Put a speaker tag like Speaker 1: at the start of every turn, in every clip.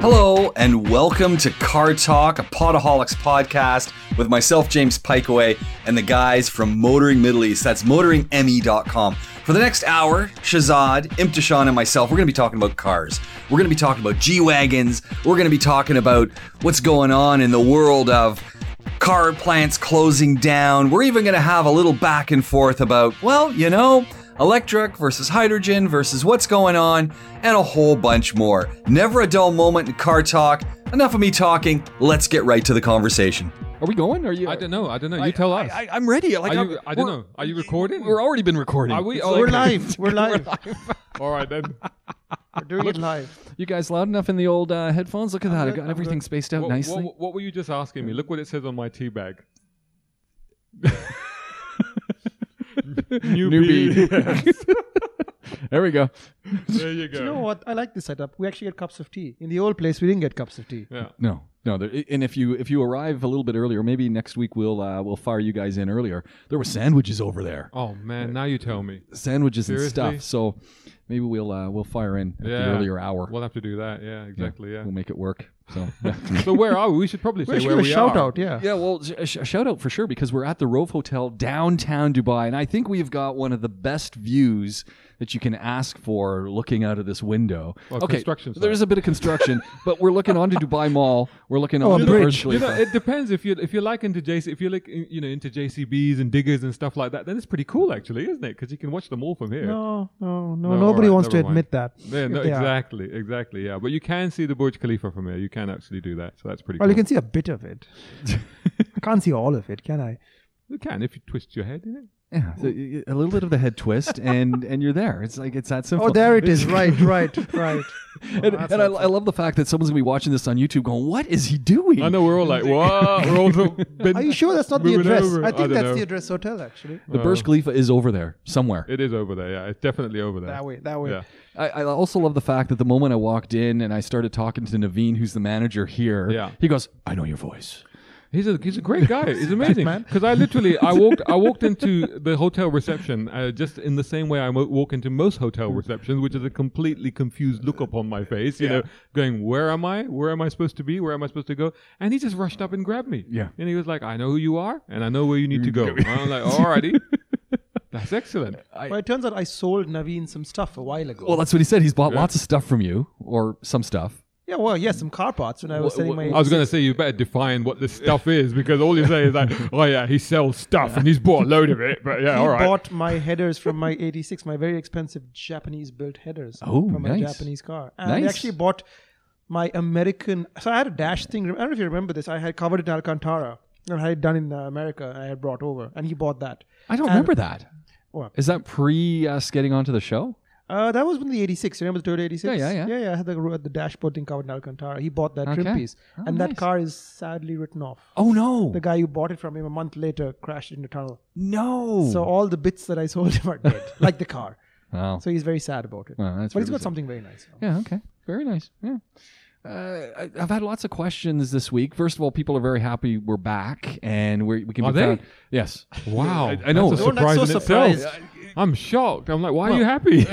Speaker 1: Hello, and welcome to Car Talk, a Podaholics podcast with myself, James Pikeaway, and the guys from Motoring Middle East. That's motoringme.com. For the next hour, Shazad, Imtishan, and myself, we're going to be talking about cars. We're going to be talking about G Wagons. We're going to be talking about what's going on in the world of car plants closing down. We're even going to have a little back and forth about, well, you know, electric versus hydrogen versus what's going on, and a whole bunch more. Never a dull moment in car talk. Enough of me talking. Let's get right to the conversation.
Speaker 2: Are we going? Are you?
Speaker 3: I don't know. I don't know. You tell us.
Speaker 2: I, am ready. Like,
Speaker 3: Are
Speaker 2: I'm-
Speaker 3: you- I don't
Speaker 2: we're-
Speaker 3: know. Are you recording?
Speaker 2: We're already been recording.
Speaker 3: Are we?
Speaker 2: It's
Speaker 3: Oh,
Speaker 2: like-
Speaker 3: okay.
Speaker 4: We're live. We're live.
Speaker 3: All right then.
Speaker 4: We're doing it live.
Speaker 2: You guys loud enough in the old uh, headphones? Look at that. I've
Speaker 4: good,
Speaker 2: got
Speaker 4: I'm
Speaker 2: everything
Speaker 4: good.
Speaker 2: spaced out
Speaker 3: What,
Speaker 2: nicely.
Speaker 3: what- what were you just asking me? Look what it says on my tea bag. Newbie.
Speaker 2: Newbie. there we go.
Speaker 3: there you go.
Speaker 4: You know what? I like this setup. We actually get cups of tea. In the old place, we didn't get cups of tea.
Speaker 3: Yeah.
Speaker 2: No, no. There, and if you if you arrive a little bit earlier, maybe next week we'll uh, we'll fire you guys in earlier. There were sandwiches over there,
Speaker 3: Oh man, now you tell me.
Speaker 2: sandwiches
Speaker 3: Seriously?
Speaker 2: and stuff. So maybe we'll uh, we'll fire in at the
Speaker 3: Yeah.
Speaker 2: earlier hour.
Speaker 3: We'll have to do that. Yeah, exactly. Yeah.
Speaker 2: We'll make it work. So.
Speaker 3: so where are we? We should probably say
Speaker 4: We should
Speaker 3: where
Speaker 4: give a
Speaker 3: we
Speaker 4: shout
Speaker 3: are.
Speaker 4: out. Yeah.
Speaker 2: Yeah, well, sh- sh- a shout out for sure because we're at the Rove Hotel downtown Dubai, and I think we've got one of the best views that you can ask for looking out of this window.
Speaker 3: Well, construction site.
Speaker 2: there's a bit of construction, but we're looking onto Dubai Mall. We're looking
Speaker 4: Oh,
Speaker 2: onto
Speaker 4: a
Speaker 2: the
Speaker 4: bridge.
Speaker 2: Burj
Speaker 3: You
Speaker 2: Khalifa.
Speaker 3: know, it depends if you if you're like into JC if you're like in- you know into JCBs and diggers and stuff like that, then it's pretty cool actually, isn't it? Because you can watch them all from here.
Speaker 4: No, no, no.
Speaker 3: No,
Speaker 4: nobody
Speaker 3: alright,
Speaker 4: wants to
Speaker 3: never mind.
Speaker 4: admit that.
Speaker 3: Yeah, no,
Speaker 4: If they are.
Speaker 3: exactly, exactly. Yeah, but you can see the Burj Khalifa from here. You can actually do that, so that's pretty.
Speaker 4: Well,
Speaker 3: cool.
Speaker 4: you can see a bit of it. I can't see all of it, can I?
Speaker 3: You can if you twist your head, innit?
Speaker 2: yeah, so y- y- a little bit of the head twist, and and you're there. It's like it's that simple.
Speaker 4: Oh, there it is. Right, right, right.
Speaker 3: Oh,
Speaker 4: Oh,
Speaker 2: and
Speaker 4: that's
Speaker 2: and I,
Speaker 4: helpful.
Speaker 2: I love the fact that someone's gonna be watching this on YouTube, going, "What is he doing?"
Speaker 3: I know we're all like, whoa, we're all. so- been-
Speaker 4: Are you sure that's not the
Speaker 3: moving
Speaker 4: address?
Speaker 3: over.
Speaker 4: I think
Speaker 3: don't
Speaker 4: that's
Speaker 3: know.
Speaker 4: the address hotel, actually.
Speaker 2: The Burj Khalifa is over there somewhere.
Speaker 3: It is over there. Yeah, it's definitely over there.
Speaker 4: That way, that way.
Speaker 3: Yeah.
Speaker 2: I, I also love the fact that the moment I walked in and I started talking to Naveen, who's the manager here,
Speaker 3: Yeah.
Speaker 2: he goes, I know your voice.
Speaker 3: He's a he's a great guy. He's amazing. Because I literally I walked I walked into the hotel reception uh, just in the same way I mo- walk into most hotel receptions, which is a completely confused look upon my face. You know, going where am I? Where am I supposed to be? Where am I supposed to go? And he just rushed up and grabbed me.
Speaker 2: Yeah.
Speaker 3: And he was like, I know who you are, and I know where you need to go. And I'm like, alrighty, that's excellent.
Speaker 4: Well, it turns out I sold Naveen some stuff a while ago.
Speaker 2: Well, that's what he said. He's bought lots of stuff from you, or some stuff.
Speaker 4: yeah, well, yeah, some car parts when I was selling my.
Speaker 3: I was going to say you better define what this stuff is because all you say is like, oh yeah, he sells stuff and he's bought a load of it. But yeah,
Speaker 4: he
Speaker 3: all right.
Speaker 4: bought my headers from my 86, my very expensive Japanese built headers
Speaker 2: Oh,
Speaker 4: from my
Speaker 2: nice.
Speaker 4: Japanese car. And I
Speaker 2: Nice.
Speaker 4: actually bought my American. So I had a dash thing. I don't know if you remember this. I had covered it in Alcantara and I had done in uh, America and I had brought over. And he bought that.
Speaker 2: I don't
Speaker 4: And-
Speaker 2: remember that. Is
Speaker 4: What?
Speaker 2: that pre us getting onto the show?
Speaker 4: Uh, that was when the 86. You remember the Toyota 86?
Speaker 2: Yeah, yeah, yeah.
Speaker 4: Yeah, yeah. I had the, ro- the dashboard thing covered in Alcantara. He bought that trim
Speaker 2: Okay.
Speaker 4: piece.
Speaker 2: Oh,
Speaker 4: and that
Speaker 2: nice.
Speaker 4: car is sadly written off.
Speaker 2: Oh, no.
Speaker 4: The guy who bought it from him a month later crashed in the tunnel.
Speaker 2: No.
Speaker 4: So all the bits that I sold him are dead, like the car.
Speaker 2: Wow.
Speaker 4: So he's very sad about it.
Speaker 2: Well, Oh, that's
Speaker 4: but he's
Speaker 2: really
Speaker 4: got
Speaker 2: sad.
Speaker 4: something very nice.
Speaker 2: Yeah. Okay. Very nice. Yeah. Uh, I, I've had lots of questions this week. First of all, people are very happy we're back and we're, we can
Speaker 3: Are
Speaker 2: be
Speaker 3: they?
Speaker 2: found. Yes.
Speaker 3: Wow,
Speaker 2: I- I know.
Speaker 3: That's a
Speaker 4: Don't act
Speaker 3: surprise
Speaker 4: so
Speaker 3: in itself.
Speaker 4: surprised.
Speaker 3: I'm shocked. I'm like, why are you happy?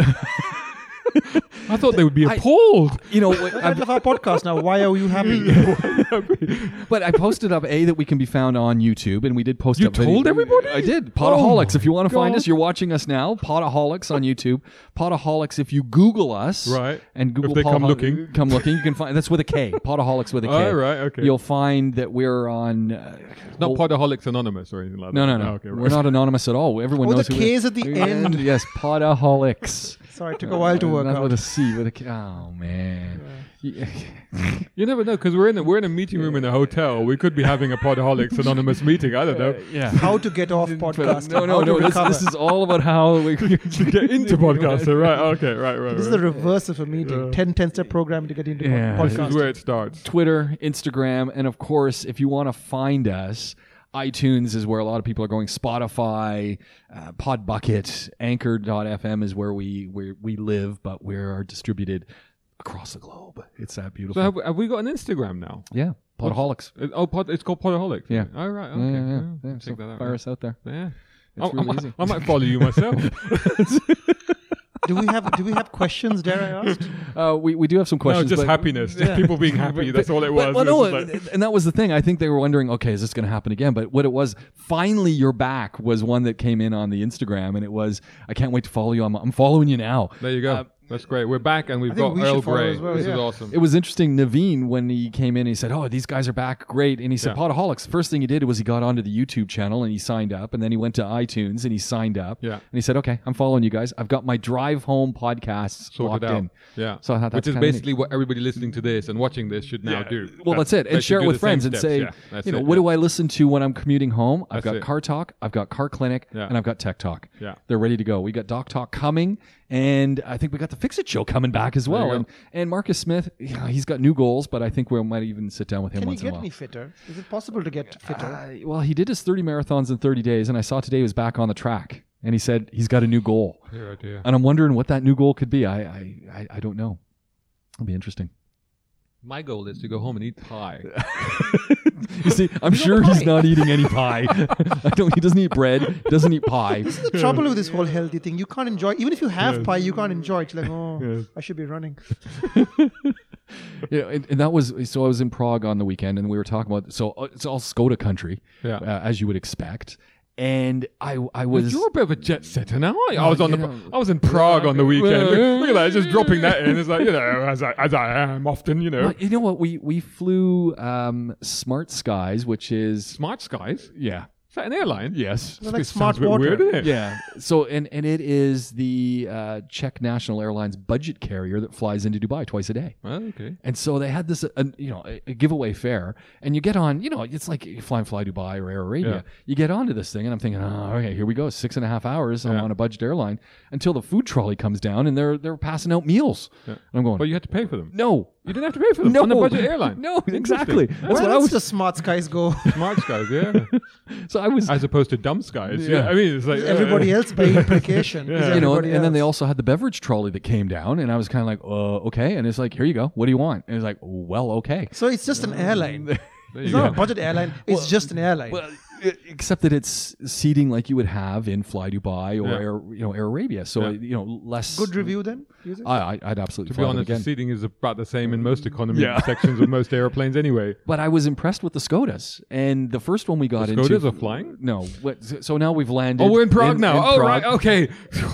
Speaker 3: I thought they would be appalled.
Speaker 2: You know, what-
Speaker 4: Title of our podcast now. Why are you happy?
Speaker 2: But I posted up a that we can be found on YouTube, and we did post.
Speaker 3: You
Speaker 2: up video-
Speaker 3: told everybody?
Speaker 2: I did. Podaholics.
Speaker 3: Oh
Speaker 2: if you want to find
Speaker 3: God.
Speaker 2: us, you're watching us now. Podaholics on YouTube. Podaholics. If you Google us,
Speaker 3: Right.
Speaker 2: and Google
Speaker 3: If they come
Speaker 2: Podahol-
Speaker 3: looking.
Speaker 2: come looking, you can find that's with a K. Podaholics with a K.
Speaker 3: Oh, right, okay.
Speaker 2: You'll find that we're on. Uh,
Speaker 3: Not Podaholics Anonymous or anything like
Speaker 2: no, no,
Speaker 3: that.
Speaker 2: no.
Speaker 3: Oh, okay, right.
Speaker 2: We're not anonymous at all. Everyone
Speaker 4: Oh, the
Speaker 2: knows who we
Speaker 4: K's at the end.
Speaker 2: yes, Podaholics. Uh,
Speaker 4: Sorry, it took a while to work
Speaker 2: Not
Speaker 4: out.
Speaker 2: with a C, with a K. Oh man. Yeah.
Speaker 3: You never know because we're in a, we're in a meeting room in a hotel. We could be having a Podaholics Anonymous meeting. I don't know.
Speaker 4: How to get off podcast?
Speaker 2: No, no, no. This, this is all about how we
Speaker 3: Get into podcasting, right? Okay, right, right.
Speaker 4: This is
Speaker 3: right.
Speaker 4: the reverse of a meeting. 10 10 step program to get into
Speaker 2: Yeah.
Speaker 4: pod-
Speaker 3: This is
Speaker 4: podcast.
Speaker 3: where it starts.
Speaker 2: Twitter, Instagram, and of course, if you want to find us, iTunes is where a lot of people are going. Spotify, uh, Podbucket, Anchor.fm is where we where we live, but we are distributed across the globe. It's that
Speaker 3: So
Speaker 2: beautiful.
Speaker 3: have, we- have we got an Instagram now?
Speaker 2: yeah, Podaholics.
Speaker 3: It- Oh, pod, it's called Podaholics.
Speaker 2: Yeah.
Speaker 3: All right. Okay.
Speaker 2: Yeah, yeah, yeah.
Speaker 3: Oh,
Speaker 2: yeah.
Speaker 3: check
Speaker 2: so
Speaker 3: that out.
Speaker 2: fire us out there.
Speaker 3: Yeah.
Speaker 2: It's
Speaker 3: Oh, I, I
Speaker 2: really
Speaker 3: might-
Speaker 2: easy.
Speaker 3: I might follow you myself.
Speaker 4: do we have do we have questions? Dare I ask?
Speaker 2: Uh, we, we do have some
Speaker 3: No,
Speaker 2: questions.
Speaker 3: just
Speaker 2: but-
Speaker 3: happiness. Just people being happy. That's all it was.
Speaker 2: But, well,
Speaker 3: It was
Speaker 2: no,
Speaker 3: just like-
Speaker 2: and that was the thing. I think they were wondering, okay, is this going to happen again? But what it was, finally, you're back was one that came in on the Instagram, and it was, I can't wait to follow you. I'm, I'm following you now.
Speaker 3: there you go.
Speaker 2: um,
Speaker 3: That's great. We're back and we've
Speaker 4: think
Speaker 3: got
Speaker 4: we should
Speaker 3: Earl
Speaker 4: follow
Speaker 3: Grey.
Speaker 4: as well,
Speaker 3: this
Speaker 4: yeah.
Speaker 3: is awesome.
Speaker 2: It was interesting. Naveen, when he came in, he said, "Oh, these guys are back, great!" And he said,
Speaker 3: Yeah.
Speaker 2: "Podaholics." First thing he did was he got onto the YouTube channel and he signed up, and then he went to iTunes and he signed up.
Speaker 3: Yeah.
Speaker 2: And he said, "Okay, I'm following you guys. I've got my drive home podcasts
Speaker 3: sorted
Speaker 2: locked
Speaker 3: out.
Speaker 2: in."
Speaker 3: Yeah.
Speaker 2: So I thought
Speaker 3: Which
Speaker 2: that's
Speaker 3: is
Speaker 2: kinda neat.
Speaker 3: basically what everybody listening to this and watching this should now do.
Speaker 2: Well, that's, it.
Speaker 3: they
Speaker 2: And
Speaker 3: should
Speaker 2: share
Speaker 3: do
Speaker 2: it
Speaker 3: the
Speaker 2: with
Speaker 3: same
Speaker 2: friends and
Speaker 3: steps.
Speaker 2: say,
Speaker 3: Yeah, that's
Speaker 2: you know,
Speaker 3: it.
Speaker 2: what
Speaker 3: Yeah.
Speaker 2: do I listen to when I'm commuting home? I've
Speaker 3: That's
Speaker 2: got
Speaker 3: it.
Speaker 2: Car Talk, I've got Car Clinic,
Speaker 3: Yeah.
Speaker 2: and I've got Tech Talk.
Speaker 3: Yeah.
Speaker 2: They're ready to go. We got Doc Talk coming, and I think we got the Fix It Show coming back as well.
Speaker 3: you go.
Speaker 2: And and Marcus Smith, yeah, he's got new goals, but I think we might even sit down with him
Speaker 4: Can you
Speaker 2: once in a
Speaker 4: get
Speaker 2: while.
Speaker 4: me fitter? Is it possible to get fitter?
Speaker 2: Uh, well, he did his 30 marathons in 30 days, and I saw today he was back on the track, and he said he's got a new goal.
Speaker 3: Dear, oh dear.
Speaker 2: And I'm wondering what that new goal could be. I I, I, I don't know. It'll be interesting.
Speaker 3: My goal is to go home and eat pie.
Speaker 2: You see, I'm sure
Speaker 4: pie.
Speaker 2: he's not eating any pie. I don't. He doesn't eat bread. He doesn't eat pie.
Speaker 4: That's the trouble with this whole healthy thing. You can't enjoy even if you have pie, you can't enjoy it. It's like, oh, I should be running.
Speaker 2: You know, and, and that was so. I was in Prague on the weekend, and we were talking about. So uh, it's all Skoda country,
Speaker 3: Yeah.
Speaker 2: uh, as you would expect. And I, I was.
Speaker 3: You're a bit of a jet setter now. aren't you? I was on the,
Speaker 2: you know.
Speaker 3: I was in Prague on the weekend.
Speaker 2: Well,
Speaker 3: Look at that, just dropping that in. It's like you know, as I, as I am often, you know,
Speaker 2: Well, you know what? We we flew um, Smart Skies, which is
Speaker 3: smart skies.
Speaker 2: yeah,
Speaker 3: Is that an airline?
Speaker 2: yes,
Speaker 4: It's like
Speaker 3: It
Speaker 4: smart
Speaker 3: sounds a bit
Speaker 4: water.
Speaker 3: weird, isn't it?
Speaker 2: yeah. So and and it is the uh, Czech National Airlines budget carrier that flies into Dubai twice a day.
Speaker 3: Well, okay.
Speaker 2: And so they had this, uh, you know, a, a giveaway fare, and you get on, you know, it's like you fly and fly Dubai or Air Arabia.
Speaker 3: Yeah.
Speaker 2: You get onto this thing, and I'm thinking, oh, okay, here we go, six and a half hours. I'm on a budget airline until the food trolley comes down, and they're they're passing out meals. And I'm going,
Speaker 3: But you had to pay for them.
Speaker 2: no,
Speaker 3: You didn't have to pay for them
Speaker 2: no,
Speaker 3: on a budget airline.
Speaker 2: No,
Speaker 3: Interesting.
Speaker 2: exactly.
Speaker 3: Yeah.
Speaker 2: That's
Speaker 4: Where
Speaker 2: what I was.
Speaker 4: else the smart skies go?
Speaker 3: Smart skies, yeah.
Speaker 2: so I was,
Speaker 3: As opposed to dumb skies. Yeah.
Speaker 2: Yeah.
Speaker 3: I mean, it's like uh,
Speaker 4: Everybody else by implication. is
Speaker 2: you know, and,
Speaker 4: everybody
Speaker 2: then they
Speaker 4: else.
Speaker 2: also had the beverage trolley that came down, and I was kind of like, uh, okay. And it's like, here you go. What do you want? And it's like, well, okay.
Speaker 4: So it's just an airline. It's
Speaker 3: go.
Speaker 4: not a budget airline. It's just an airline.
Speaker 2: Well, e- except that it's seating like you would have in Fly Dubai or
Speaker 3: Yeah.
Speaker 2: Air, you know Air Arabia, so
Speaker 3: Yeah.
Speaker 2: you know less.
Speaker 4: Good review then. Use it.
Speaker 2: I, I, I'd absolutely
Speaker 3: To be
Speaker 2: fly them
Speaker 3: honest, the
Speaker 2: again.
Speaker 3: seating is about the same in most economy
Speaker 2: Yeah.
Speaker 3: sections of most airplanes anyway.
Speaker 2: But I was impressed with the Skodas, and the first one we got into.
Speaker 3: Skodas are flying?
Speaker 2: No, what, so now we've landed.
Speaker 3: Oh, we're in Prague now. oh,
Speaker 2: Prague,
Speaker 3: right. Oh. Okay.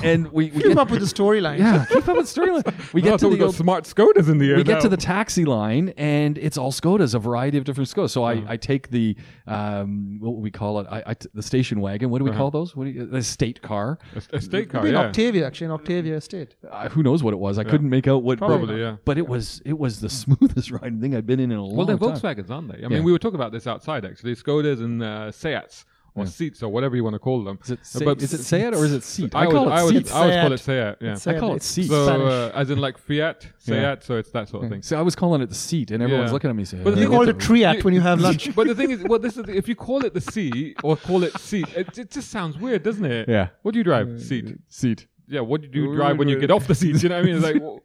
Speaker 2: And we, we
Speaker 4: Keep
Speaker 2: get,
Speaker 4: up with the storyline.
Speaker 2: yeah, keep up with Sterling. We
Speaker 3: I
Speaker 2: get
Speaker 3: thought
Speaker 2: to
Speaker 3: we
Speaker 2: the
Speaker 3: got
Speaker 2: old-
Speaker 3: smart Skodas in the air.
Speaker 2: we get
Speaker 3: now.
Speaker 2: to the taxi line and it's all Skodas, a variety of different Skodas. So
Speaker 3: Uh-huh.
Speaker 2: I, I take the um, what would we call it? I, I t- the station wagon. What do we
Speaker 3: Uh-huh.
Speaker 2: call those? What do you, the state car?
Speaker 3: a state car.
Speaker 4: Be in
Speaker 3: yeah.
Speaker 4: Octavia, actually, in Octavia Estate.
Speaker 2: Uh, who knows what it was? I couldn't make out what.
Speaker 3: Probably,
Speaker 2: but,
Speaker 3: yeah.
Speaker 2: But it was it was the smoothest riding thing I'd been in in a long
Speaker 3: Well, they're
Speaker 2: time.
Speaker 3: Volkswagens, aren't they? I
Speaker 2: Yeah.
Speaker 3: mean, we were talking about this outside actually. Skodas and uh, Seats or Seats or whatever you want to call them. Uh,
Speaker 2: Is it, Se- is it Seat or is it Seat?
Speaker 3: I, would,
Speaker 2: call it
Speaker 3: I, would,
Speaker 2: Seat.
Speaker 3: I always call it
Speaker 4: Seat.
Speaker 3: Seat. Yeah.
Speaker 4: Seat.
Speaker 2: I call it
Speaker 4: It's
Speaker 2: Seat.
Speaker 3: So, uh,
Speaker 4: Spanish.
Speaker 3: as in like Fiat, Seat.
Speaker 2: Yeah. Mm.
Speaker 3: So it's that sort of thing.
Speaker 2: so I was calling it the Seat, and everyone's
Speaker 3: Yeah.
Speaker 2: looking at me saying,
Speaker 3: But the
Speaker 4: You
Speaker 2: "Hey,
Speaker 3: thing
Speaker 2: what
Speaker 4: call
Speaker 3: is-
Speaker 2: the-
Speaker 4: it triat when you have lunch.
Speaker 3: But the thing is, well, this is the, if you call it the C or call it seat, it, it just sounds weird, doesn't it?
Speaker 2: Yeah. Uh,
Speaker 3: What do you drive? Seat.
Speaker 2: Seat."
Speaker 3: Yeah. What do you drive when you get off the seat? You know what I mean? It's like. well,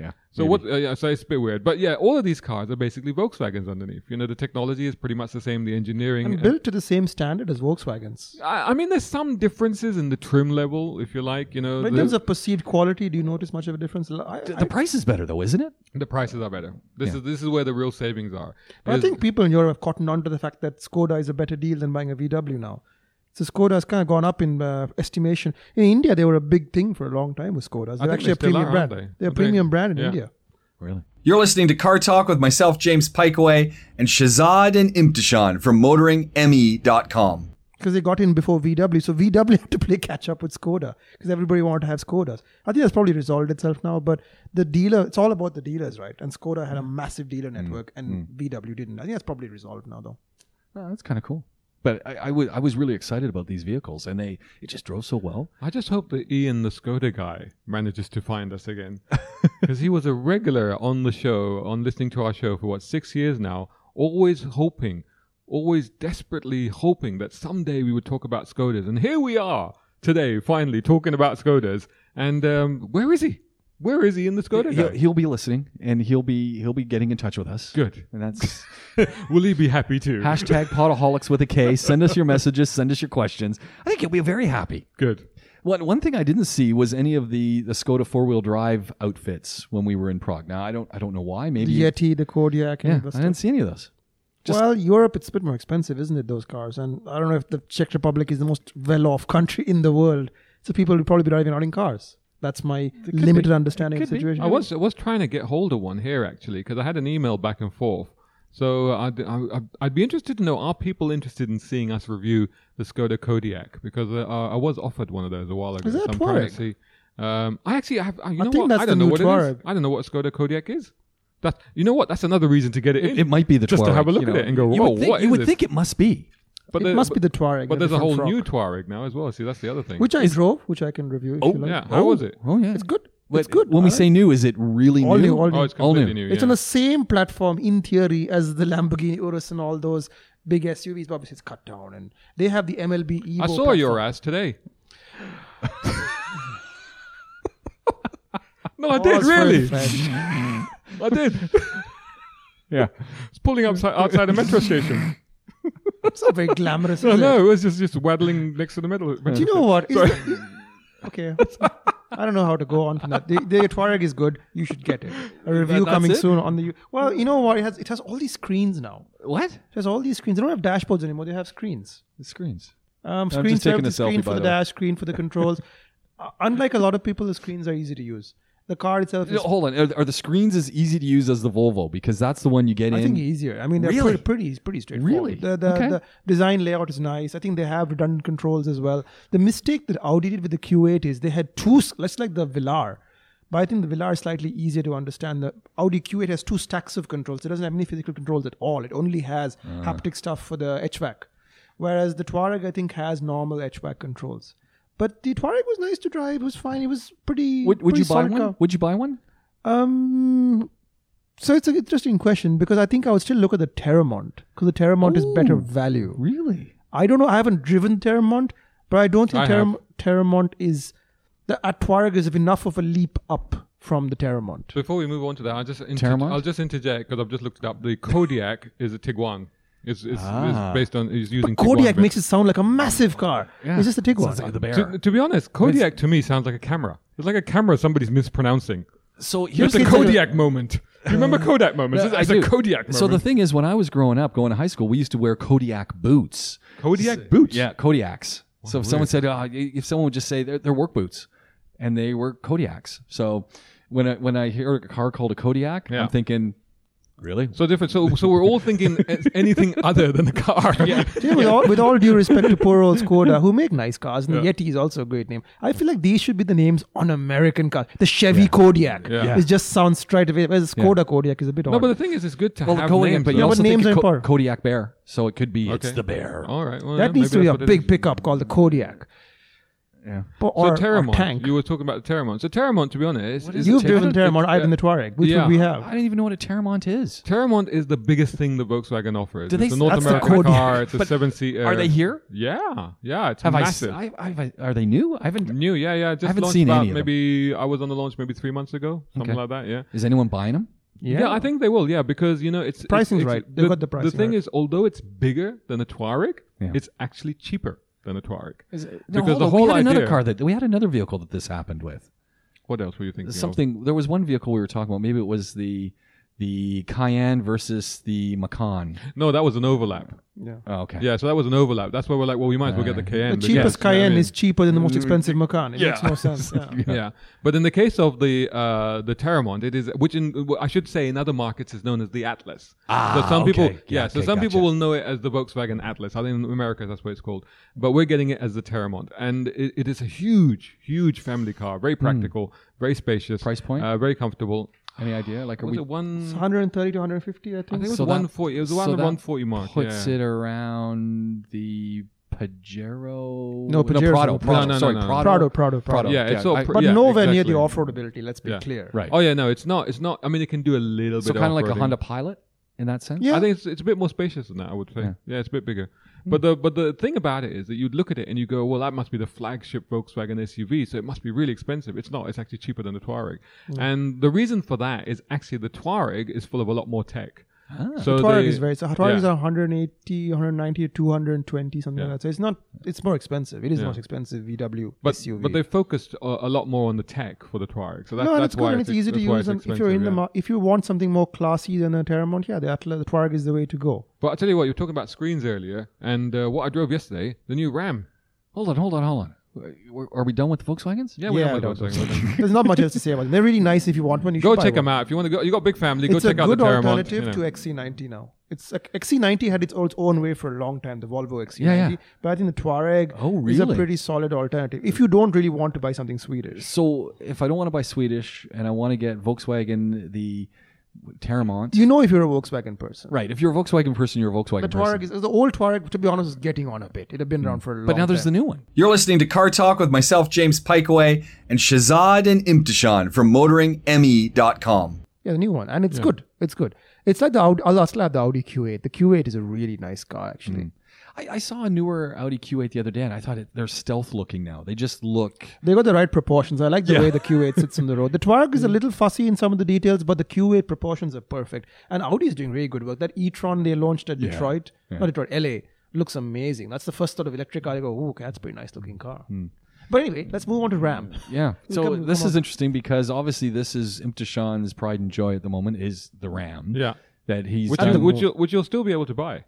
Speaker 2: Yeah.
Speaker 3: So what? Uh, yeah, so it's a bit weird, but yeah, all of these cars are basically Volkswagens underneath. You know, the technology is pretty much the same. The engineering,
Speaker 4: And
Speaker 3: and-
Speaker 4: built to the same standard as Volkswagens.
Speaker 3: I, I mean, there's some differences in the trim level, if you like. You know,
Speaker 4: But in
Speaker 3: the,
Speaker 4: terms of perceived quality, do you notice much of a difference? I, I,
Speaker 2: The price is better though, isn't it?
Speaker 3: the prices are better. This is this is where the real savings are.
Speaker 4: but I
Speaker 3: There's-
Speaker 4: think people in Europe have cottoned on to the fact that Skoda is a better deal than buying a VW now. So Skoda has kind of gone up in uh, estimation. In India, they were a big thing for a long time with Skodas. They're
Speaker 3: they
Speaker 4: actually a
Speaker 3: still
Speaker 4: premium
Speaker 3: are,
Speaker 4: brand.
Speaker 3: aren't they?
Speaker 4: They're
Speaker 3: I
Speaker 4: a premium
Speaker 3: think.
Speaker 4: brand in
Speaker 3: Yeah.
Speaker 4: India.
Speaker 2: Really?
Speaker 1: You're listening to Car Talk with myself, James Pikeaway, and Shazad and Imtishan from E MotoringME.com.
Speaker 4: because they got in before VW. So VW had to play catch up with Skoda because everybody wanted to have Skodas. I think that's probably resolved itself now. But the dealer, it's all about the dealers, right? And Skoda had a
Speaker 3: Mm.
Speaker 4: massive dealer network, and VW didn't. I think that's probably resolved now, though.
Speaker 2: Oh, that's kind of cool. But I, I, was, I was really excited about these vehicles, and they it just drove so well.
Speaker 3: I just hope that Ian, the Skoda guy, manages to find us again. Because he was a regular on the show, on listening to our show for what, six years now, always hoping, always desperately hoping that someday we would talk about Skodas. And here we are today, finally, talking about Skodas. And um, where is he? Where is he in the Skoda
Speaker 2: He'll,
Speaker 3: guy?
Speaker 2: he'll be listening, and he'll be he'll be getting in touch with us.
Speaker 3: Good.
Speaker 2: and that's
Speaker 3: Will he be happy too?
Speaker 2: hashtag Podaholics with a K. Send us your messages, send us your questions. I think he'll be very happy.
Speaker 3: Good.
Speaker 2: One one thing I didn't see was any of the the Skoda four wheel drive outfits when we were in Prague. Now I don't I don't know why. Maybe
Speaker 4: The Yeti, the Kodiak, and
Speaker 2: yeah,
Speaker 4: all that
Speaker 2: I
Speaker 4: stuff.
Speaker 2: didn't see any of those. just-
Speaker 4: well, Europe it's a bit more expensive, isn't it? Those cars, and I don't know if the Czech Republic is the most well-off country in the world, so people will probably be driving around in cars. That's my limited understanding of the situation.
Speaker 3: I was I was trying to get hold of one here actually because I had an email back and forth. So I'd, I- I'd be interested to know are people interested in seeing us review the Skoda Kodiak because uh, I was offered one of those a while ago.
Speaker 4: Is that
Speaker 3: so I'm trying
Speaker 4: Touareg?
Speaker 3: to see. Um, I actually have. I, you
Speaker 4: I
Speaker 3: know
Speaker 4: think
Speaker 3: what?
Speaker 4: that's
Speaker 3: I don't
Speaker 4: the
Speaker 3: know
Speaker 4: new
Speaker 3: what it
Speaker 4: Touareg.
Speaker 3: is. I don't know what a Skoda Kodiak is. That you know what? That's another reason to get it. in.
Speaker 2: It might be the
Speaker 3: just to
Speaker 2: Touareg,
Speaker 3: have a look
Speaker 2: you
Speaker 3: at
Speaker 2: know.
Speaker 3: it and go.
Speaker 2: You
Speaker 3: Whoa,
Speaker 2: would think,
Speaker 3: what
Speaker 2: you
Speaker 3: is
Speaker 2: would
Speaker 3: this?"
Speaker 2: think it must be.
Speaker 3: But
Speaker 4: it
Speaker 3: there-
Speaker 4: must
Speaker 3: but-
Speaker 4: be the Touareg.
Speaker 3: But
Speaker 4: a
Speaker 3: there's a
Speaker 4: different
Speaker 3: whole
Speaker 4: frock.
Speaker 3: new Touareg now as well. See, that's the other thing.
Speaker 4: which I drove, which I can review. If
Speaker 2: Oh,
Speaker 4: you like.
Speaker 3: yeah, how was it?
Speaker 2: Oh yeah,
Speaker 4: it's good.
Speaker 2: But
Speaker 4: it's good.
Speaker 2: When we
Speaker 4: Alright.
Speaker 2: say new, is it really
Speaker 4: All new, all
Speaker 3: Oh, it's
Speaker 2: All new.
Speaker 3: completely new.
Speaker 4: It's
Speaker 3: yeah.
Speaker 4: on the same platform in theory as the Lamborghini Urus and all those big SUVs. But obviously, it's cut down, and they have the MLB. Evo
Speaker 3: I saw
Speaker 4: platform.
Speaker 3: your ass today. no, I did
Speaker 4: Pause for
Speaker 3: really.
Speaker 4: effect.
Speaker 3: I did. yeah, it's pulling outside outside a metro station.
Speaker 4: it's not very glamorous.
Speaker 3: No,
Speaker 4: is it?
Speaker 3: no, it was just just waddling next to the middle.
Speaker 4: Do you know what? Is the- okay. I don't know how to go on from that. The, the Touareg is good. You should get it. A review
Speaker 2: that's
Speaker 4: coming
Speaker 2: it?
Speaker 4: soon on the. U- Well, you know what? It has it has all these screens now.
Speaker 2: What?
Speaker 4: It has all these screens. They don't have dashboards anymore. They have screens.
Speaker 2: The screens.
Speaker 4: Um,
Speaker 2: just
Speaker 4: screen
Speaker 2: taking a
Speaker 4: the screen
Speaker 2: selfie,
Speaker 4: for
Speaker 2: by
Speaker 4: the
Speaker 2: the way.
Speaker 4: dash, screen for the controls. Uh, Unlike a lot of people, the screens are easy to use. The car itself is,
Speaker 2: hold on. Are, are the screens as easy to use as the Volvo? Because that's the one you get
Speaker 4: I
Speaker 2: in.
Speaker 4: think, easier. I mean, they're
Speaker 2: Really?
Speaker 4: pretty, pretty, pretty straightforward.
Speaker 2: Really?
Speaker 4: The, the,
Speaker 2: Okay.
Speaker 4: the design layout is nice. I think they have redundant controls as well. The mistake that Audi did with the Q8 is they had two, s- That's like the Velar. But I think the Velar is slightly easier to understand. The Audi Q8 has two stacks of controls. It doesn't have any physical controls at all. It only has
Speaker 2: Ah.
Speaker 4: haptic stuff for the HVAC. Whereas the Touareg, I think, has normal HVAC controls. But the Touareg was nice to drive. It was fine. It was pretty.
Speaker 2: Would, would
Speaker 4: pretty
Speaker 2: you buy
Speaker 4: solid
Speaker 2: one?
Speaker 4: car.
Speaker 2: Would you buy one?
Speaker 4: Um, so it's an interesting question because I think I would still look at the Terramont because the Terramont is better value.
Speaker 2: Really?
Speaker 4: I don't know. I haven't driven Terramont, but I don't think
Speaker 3: I
Speaker 4: Terram- Terramont is the Atwarg is enough of a leap up from the Terramont.
Speaker 3: Before we move on to that, I'll just inter-
Speaker 2: Terramont?
Speaker 3: I'll just interject because I've just looked it up. The Kodiak is a Tiguan. It's, it's,
Speaker 2: Ah.
Speaker 3: it's based on is using
Speaker 4: But Kodiak
Speaker 3: Tiguan bit.
Speaker 4: makes it sound like a massive car. It's just a Tiguan.
Speaker 2: Sounds like the
Speaker 3: To,
Speaker 2: bear.
Speaker 3: to be honest, Kodiak to me sounds like a camera. It's like a camera somebody's mispronouncing.
Speaker 2: So here's
Speaker 3: It's
Speaker 2: the
Speaker 3: a
Speaker 4: it's like a-
Speaker 3: Kodiak moment. You remember Kodak moments?
Speaker 2: I
Speaker 3: it's
Speaker 2: do.
Speaker 3: a Kodiak moment.
Speaker 2: So the thing is, when I was growing up, going to high school, we used to wear Kodiak boots.
Speaker 3: Kodiak boots.
Speaker 2: Yeah, Kodiaks. so if someone said, oh, if someone would just say they're, they're work boots, and they were Kodiaks. So when I, when I hear a car called a Kodiak,
Speaker 3: Yeah.
Speaker 2: I'm thinking, really?
Speaker 3: So different. So so we're all thinking it's anything other than a car. Yeah.
Speaker 4: Yeah, with, all, with all due respect to poor old Skoda, who make nice cars, and the Yeti is also a great name. I feel like these should be the names on American cars. The Chevy Kodiak.
Speaker 3: Yeah.
Speaker 4: It just sounds straight away. Whereas Skoda Kodiak is a bit odd.
Speaker 3: No, but the thing is, it's good to
Speaker 2: Well, the
Speaker 3: have
Speaker 2: Kodiak,
Speaker 3: names.
Speaker 2: but you
Speaker 3: though.
Speaker 4: Yeah, but
Speaker 2: also think
Speaker 4: names are
Speaker 2: of Co-
Speaker 4: important.
Speaker 2: Kodiak bear, so it could be it's
Speaker 3: Okay.
Speaker 2: the bear.
Speaker 3: all right. Well,
Speaker 4: That
Speaker 3: yeah,
Speaker 4: needs to
Speaker 3: maybe
Speaker 4: be a
Speaker 3: that's what it
Speaker 4: big
Speaker 3: is.
Speaker 4: pickup called the Kodiak.
Speaker 2: Yeah.
Speaker 4: But- Or,
Speaker 3: so
Speaker 4: or
Speaker 3: Terramont.
Speaker 4: tank.
Speaker 3: You were talking about the Terramont. So Terramont, to be honest, is
Speaker 4: You've
Speaker 3: a-
Speaker 4: driven Terramont,
Speaker 3: I
Speaker 4: I've been
Speaker 3: don't-
Speaker 4: the Touareg. Which
Speaker 3: Yeah.
Speaker 4: would we
Speaker 2: I
Speaker 4: have?
Speaker 2: didn't even know what a Terramont is.
Speaker 3: Terramont is the biggest thing that Volkswagen offers.
Speaker 2: Do they
Speaker 3: it's a
Speaker 2: s-
Speaker 3: North
Speaker 4: that's the
Speaker 3: American
Speaker 4: Kodiak.
Speaker 3: car. It's a
Speaker 2: But
Speaker 3: seven-seater.
Speaker 2: Are they here?
Speaker 3: Yeah, yeah. It's
Speaker 2: Have I, s-
Speaker 3: massive.
Speaker 2: I, I- I- Are they new? I haven't.
Speaker 3: New, yeah, yeah. Just
Speaker 2: haven't
Speaker 3: launched
Speaker 2: seen any
Speaker 3: about
Speaker 2: of them.
Speaker 3: maybe I was on the launch maybe three months ago, something
Speaker 2: Okay.
Speaker 3: like that. Yeah.
Speaker 2: Is anyone buying them?
Speaker 3: Yeah. I think they will. Yeah, because you know it's it's-
Speaker 4: Pricing's
Speaker 3: it's-
Speaker 4: right. They've got the pricing
Speaker 3: thing
Speaker 4: right.
Speaker 3: is, although it's bigger than a Touareg,
Speaker 2: Yeah.
Speaker 3: it's actually cheaper than a Touareg.
Speaker 2: No,
Speaker 3: Because
Speaker 2: hold
Speaker 3: the
Speaker 2: on,
Speaker 3: whole
Speaker 2: we had another
Speaker 3: idea-
Speaker 2: car that we had another vehicle that this happened with.
Speaker 3: What else were you thinking? Of?
Speaker 2: Something there was one vehicle we were talking about. Maybe it was the the Cayenne versus the Macan.
Speaker 3: No, that was an overlap.
Speaker 2: Oh, okay.
Speaker 3: Yeah, so that was an overlap. That's why we're like, well, we might as well get the
Speaker 4: Uh, The
Speaker 3: Cayenne. because,
Speaker 4: cheapest
Speaker 3: you know what I
Speaker 4: Cayenne
Speaker 3: mean? mm,
Speaker 4: is cheaper than the most expensive Macan. It
Speaker 3: Yeah.
Speaker 4: makes no sense. Yeah.
Speaker 3: Yeah. but in the case of the uh, the Terramont, it is which in I should say in other markets is known as the Atlas.
Speaker 2: Ah,
Speaker 3: so some people,
Speaker 2: okay. Yeah,
Speaker 3: yeah, so
Speaker 2: okay,
Speaker 3: some people
Speaker 2: gotcha.
Speaker 3: will know it as the Volkswagen Atlas. I think in America that's what it's called, but we're getting it as the Terramont, and it, it is a huge, huge family car, very practical, very spacious,
Speaker 2: Hmm. Price point?
Speaker 3: uh, very comfortable.
Speaker 2: Any idea? Like, are
Speaker 3: Was
Speaker 2: we?
Speaker 3: it one?
Speaker 4: 130 to 150, I
Speaker 3: I think it
Speaker 4: think.
Speaker 3: was
Speaker 2: So that-
Speaker 3: 140. It was around
Speaker 2: so
Speaker 3: the
Speaker 2: that
Speaker 3: 140 mark.
Speaker 2: puts
Speaker 3: yeah.
Speaker 2: it around the Pajero.
Speaker 4: No, Pajero's
Speaker 2: Prado.
Speaker 4: a-
Speaker 2: Prado.
Speaker 3: No, no,
Speaker 2: sorry,
Speaker 3: no, no.
Speaker 2: Prado.
Speaker 4: Prado, Prado, Prado.
Speaker 3: Yeah, it's all
Speaker 2: I-
Speaker 3: pr-
Speaker 4: But
Speaker 3: yeah,
Speaker 4: nowhere near the
Speaker 3: exactly.
Speaker 4: off-roadability. Let's be
Speaker 3: Yeah.
Speaker 4: clear.
Speaker 2: right.
Speaker 3: Oh yeah, no, it's not. It's not. I mean, it can do a little
Speaker 2: so
Speaker 3: bit.
Speaker 2: kind of like a
Speaker 3: off-roading.
Speaker 2: Honda Pilot in that sense.
Speaker 4: Yeah. Mm.
Speaker 3: I think it's, it's a bit more spacious than that. I would say.
Speaker 2: Yeah.
Speaker 3: Yeah, it's a bit bigger. But the but the thing about it is that you look at it and you go, well, that must be the flagship Volkswagen SUV, so it must be really expensive. It's not. It's actually
Speaker 4: Mm.
Speaker 3: cheaper than the Touareg, and the reason for that is actually the Touareg is full of a lot more tech. So
Speaker 4: Touareg
Speaker 3: they-
Speaker 4: Ah, is very so Touaregs
Speaker 3: yeah.
Speaker 4: are 180, 190, 220 something
Speaker 3: Yeah.
Speaker 4: like that. So it's not it's more expensive. It is
Speaker 3: Yeah.
Speaker 4: most expensive VW
Speaker 3: but,
Speaker 4: SUV.
Speaker 3: but they focused uh, a lot more on the tech for the Touareg. So that,
Speaker 4: no, and
Speaker 3: that's
Speaker 4: it's good
Speaker 3: why
Speaker 4: and it's
Speaker 3: ex-
Speaker 4: easy to
Speaker 3: that's why
Speaker 4: use. And
Speaker 3: it's
Speaker 4: if you're in the
Speaker 3: expensive, yeah.
Speaker 4: mar- if you want something more classy than a Terramont, yeah, the Atla, the Touareg is the way to go.
Speaker 3: But I tell you what, you were talking about screens earlier, and uh, what I drove yesterday, the new Ram.
Speaker 2: Hold on, hold on, hold on. W- Are we done with the Volkswagens?
Speaker 3: Yeah, we
Speaker 4: Yeah,
Speaker 3: know
Speaker 4: I
Speaker 3: what
Speaker 4: don't
Speaker 3: those things are.
Speaker 4: There's not much else to say about them. They're really nice if you want one. You
Speaker 3: Go
Speaker 4: should buy
Speaker 3: check
Speaker 4: one.
Speaker 3: them out if you want to go. You got a big family.
Speaker 4: It's
Speaker 3: go
Speaker 4: a
Speaker 3: check out the
Speaker 4: good
Speaker 3: Terramont.
Speaker 4: alternative
Speaker 3: you know.
Speaker 4: to XC90 now. It's like XC90 had its old- own way for a long time, the Volvo XC90.
Speaker 2: Yeah, yeah.
Speaker 4: But I think the Touareg
Speaker 2: Oh,
Speaker 4: is a
Speaker 2: really?
Speaker 4: pretty solid alternative if you don't really want to buy something Swedish.
Speaker 2: So if I don't want to buy Swedish and I want to get Volkswagen the Terramont,
Speaker 4: You know, if you're a Volkswagen person,
Speaker 2: right? If you're a Volkswagen person, you're a Volkswagen
Speaker 4: The
Speaker 2: person.
Speaker 4: Touareg is the old Touareg. To be honest, is getting on a bit. It had been around for a long.
Speaker 2: but now there's
Speaker 4: time.
Speaker 2: the new one.
Speaker 1: You're listening to Car Talk with myself, James Pikeway, and Shazad and Imtishan from E MotoringME.com.
Speaker 4: yeah, the new one, and it's good. It's good. It's like the Audi. I'll still have the Audi Q8. The Q8 is a really nice car, actually.
Speaker 2: I, I saw a newer Audi Q8 the other day, and I thought it, they're stealth looking now. They just look.
Speaker 4: They got the right proportions. I like the way the Q8 sits on the road. The Touareg is a little fussy in some of the details, but the Q8 proportions are perfect. And Audi is doing really good work. That e-tron they launched at Detroit, not Detroit, LA, looks amazing. That's the first sort of electric car. I go, ooh, that's a pretty nice looking car. But anyway, let's move on to Ram.
Speaker 2: Yeah. So
Speaker 4: come-
Speaker 2: this
Speaker 4: come
Speaker 2: is interesting because obviously this is Imtishan's pride and joy at the moment is the Ram.
Speaker 3: Yeah.
Speaker 2: That he's
Speaker 3: Which,
Speaker 2: done-
Speaker 3: you, which, you'll, which you'll still be able to buy.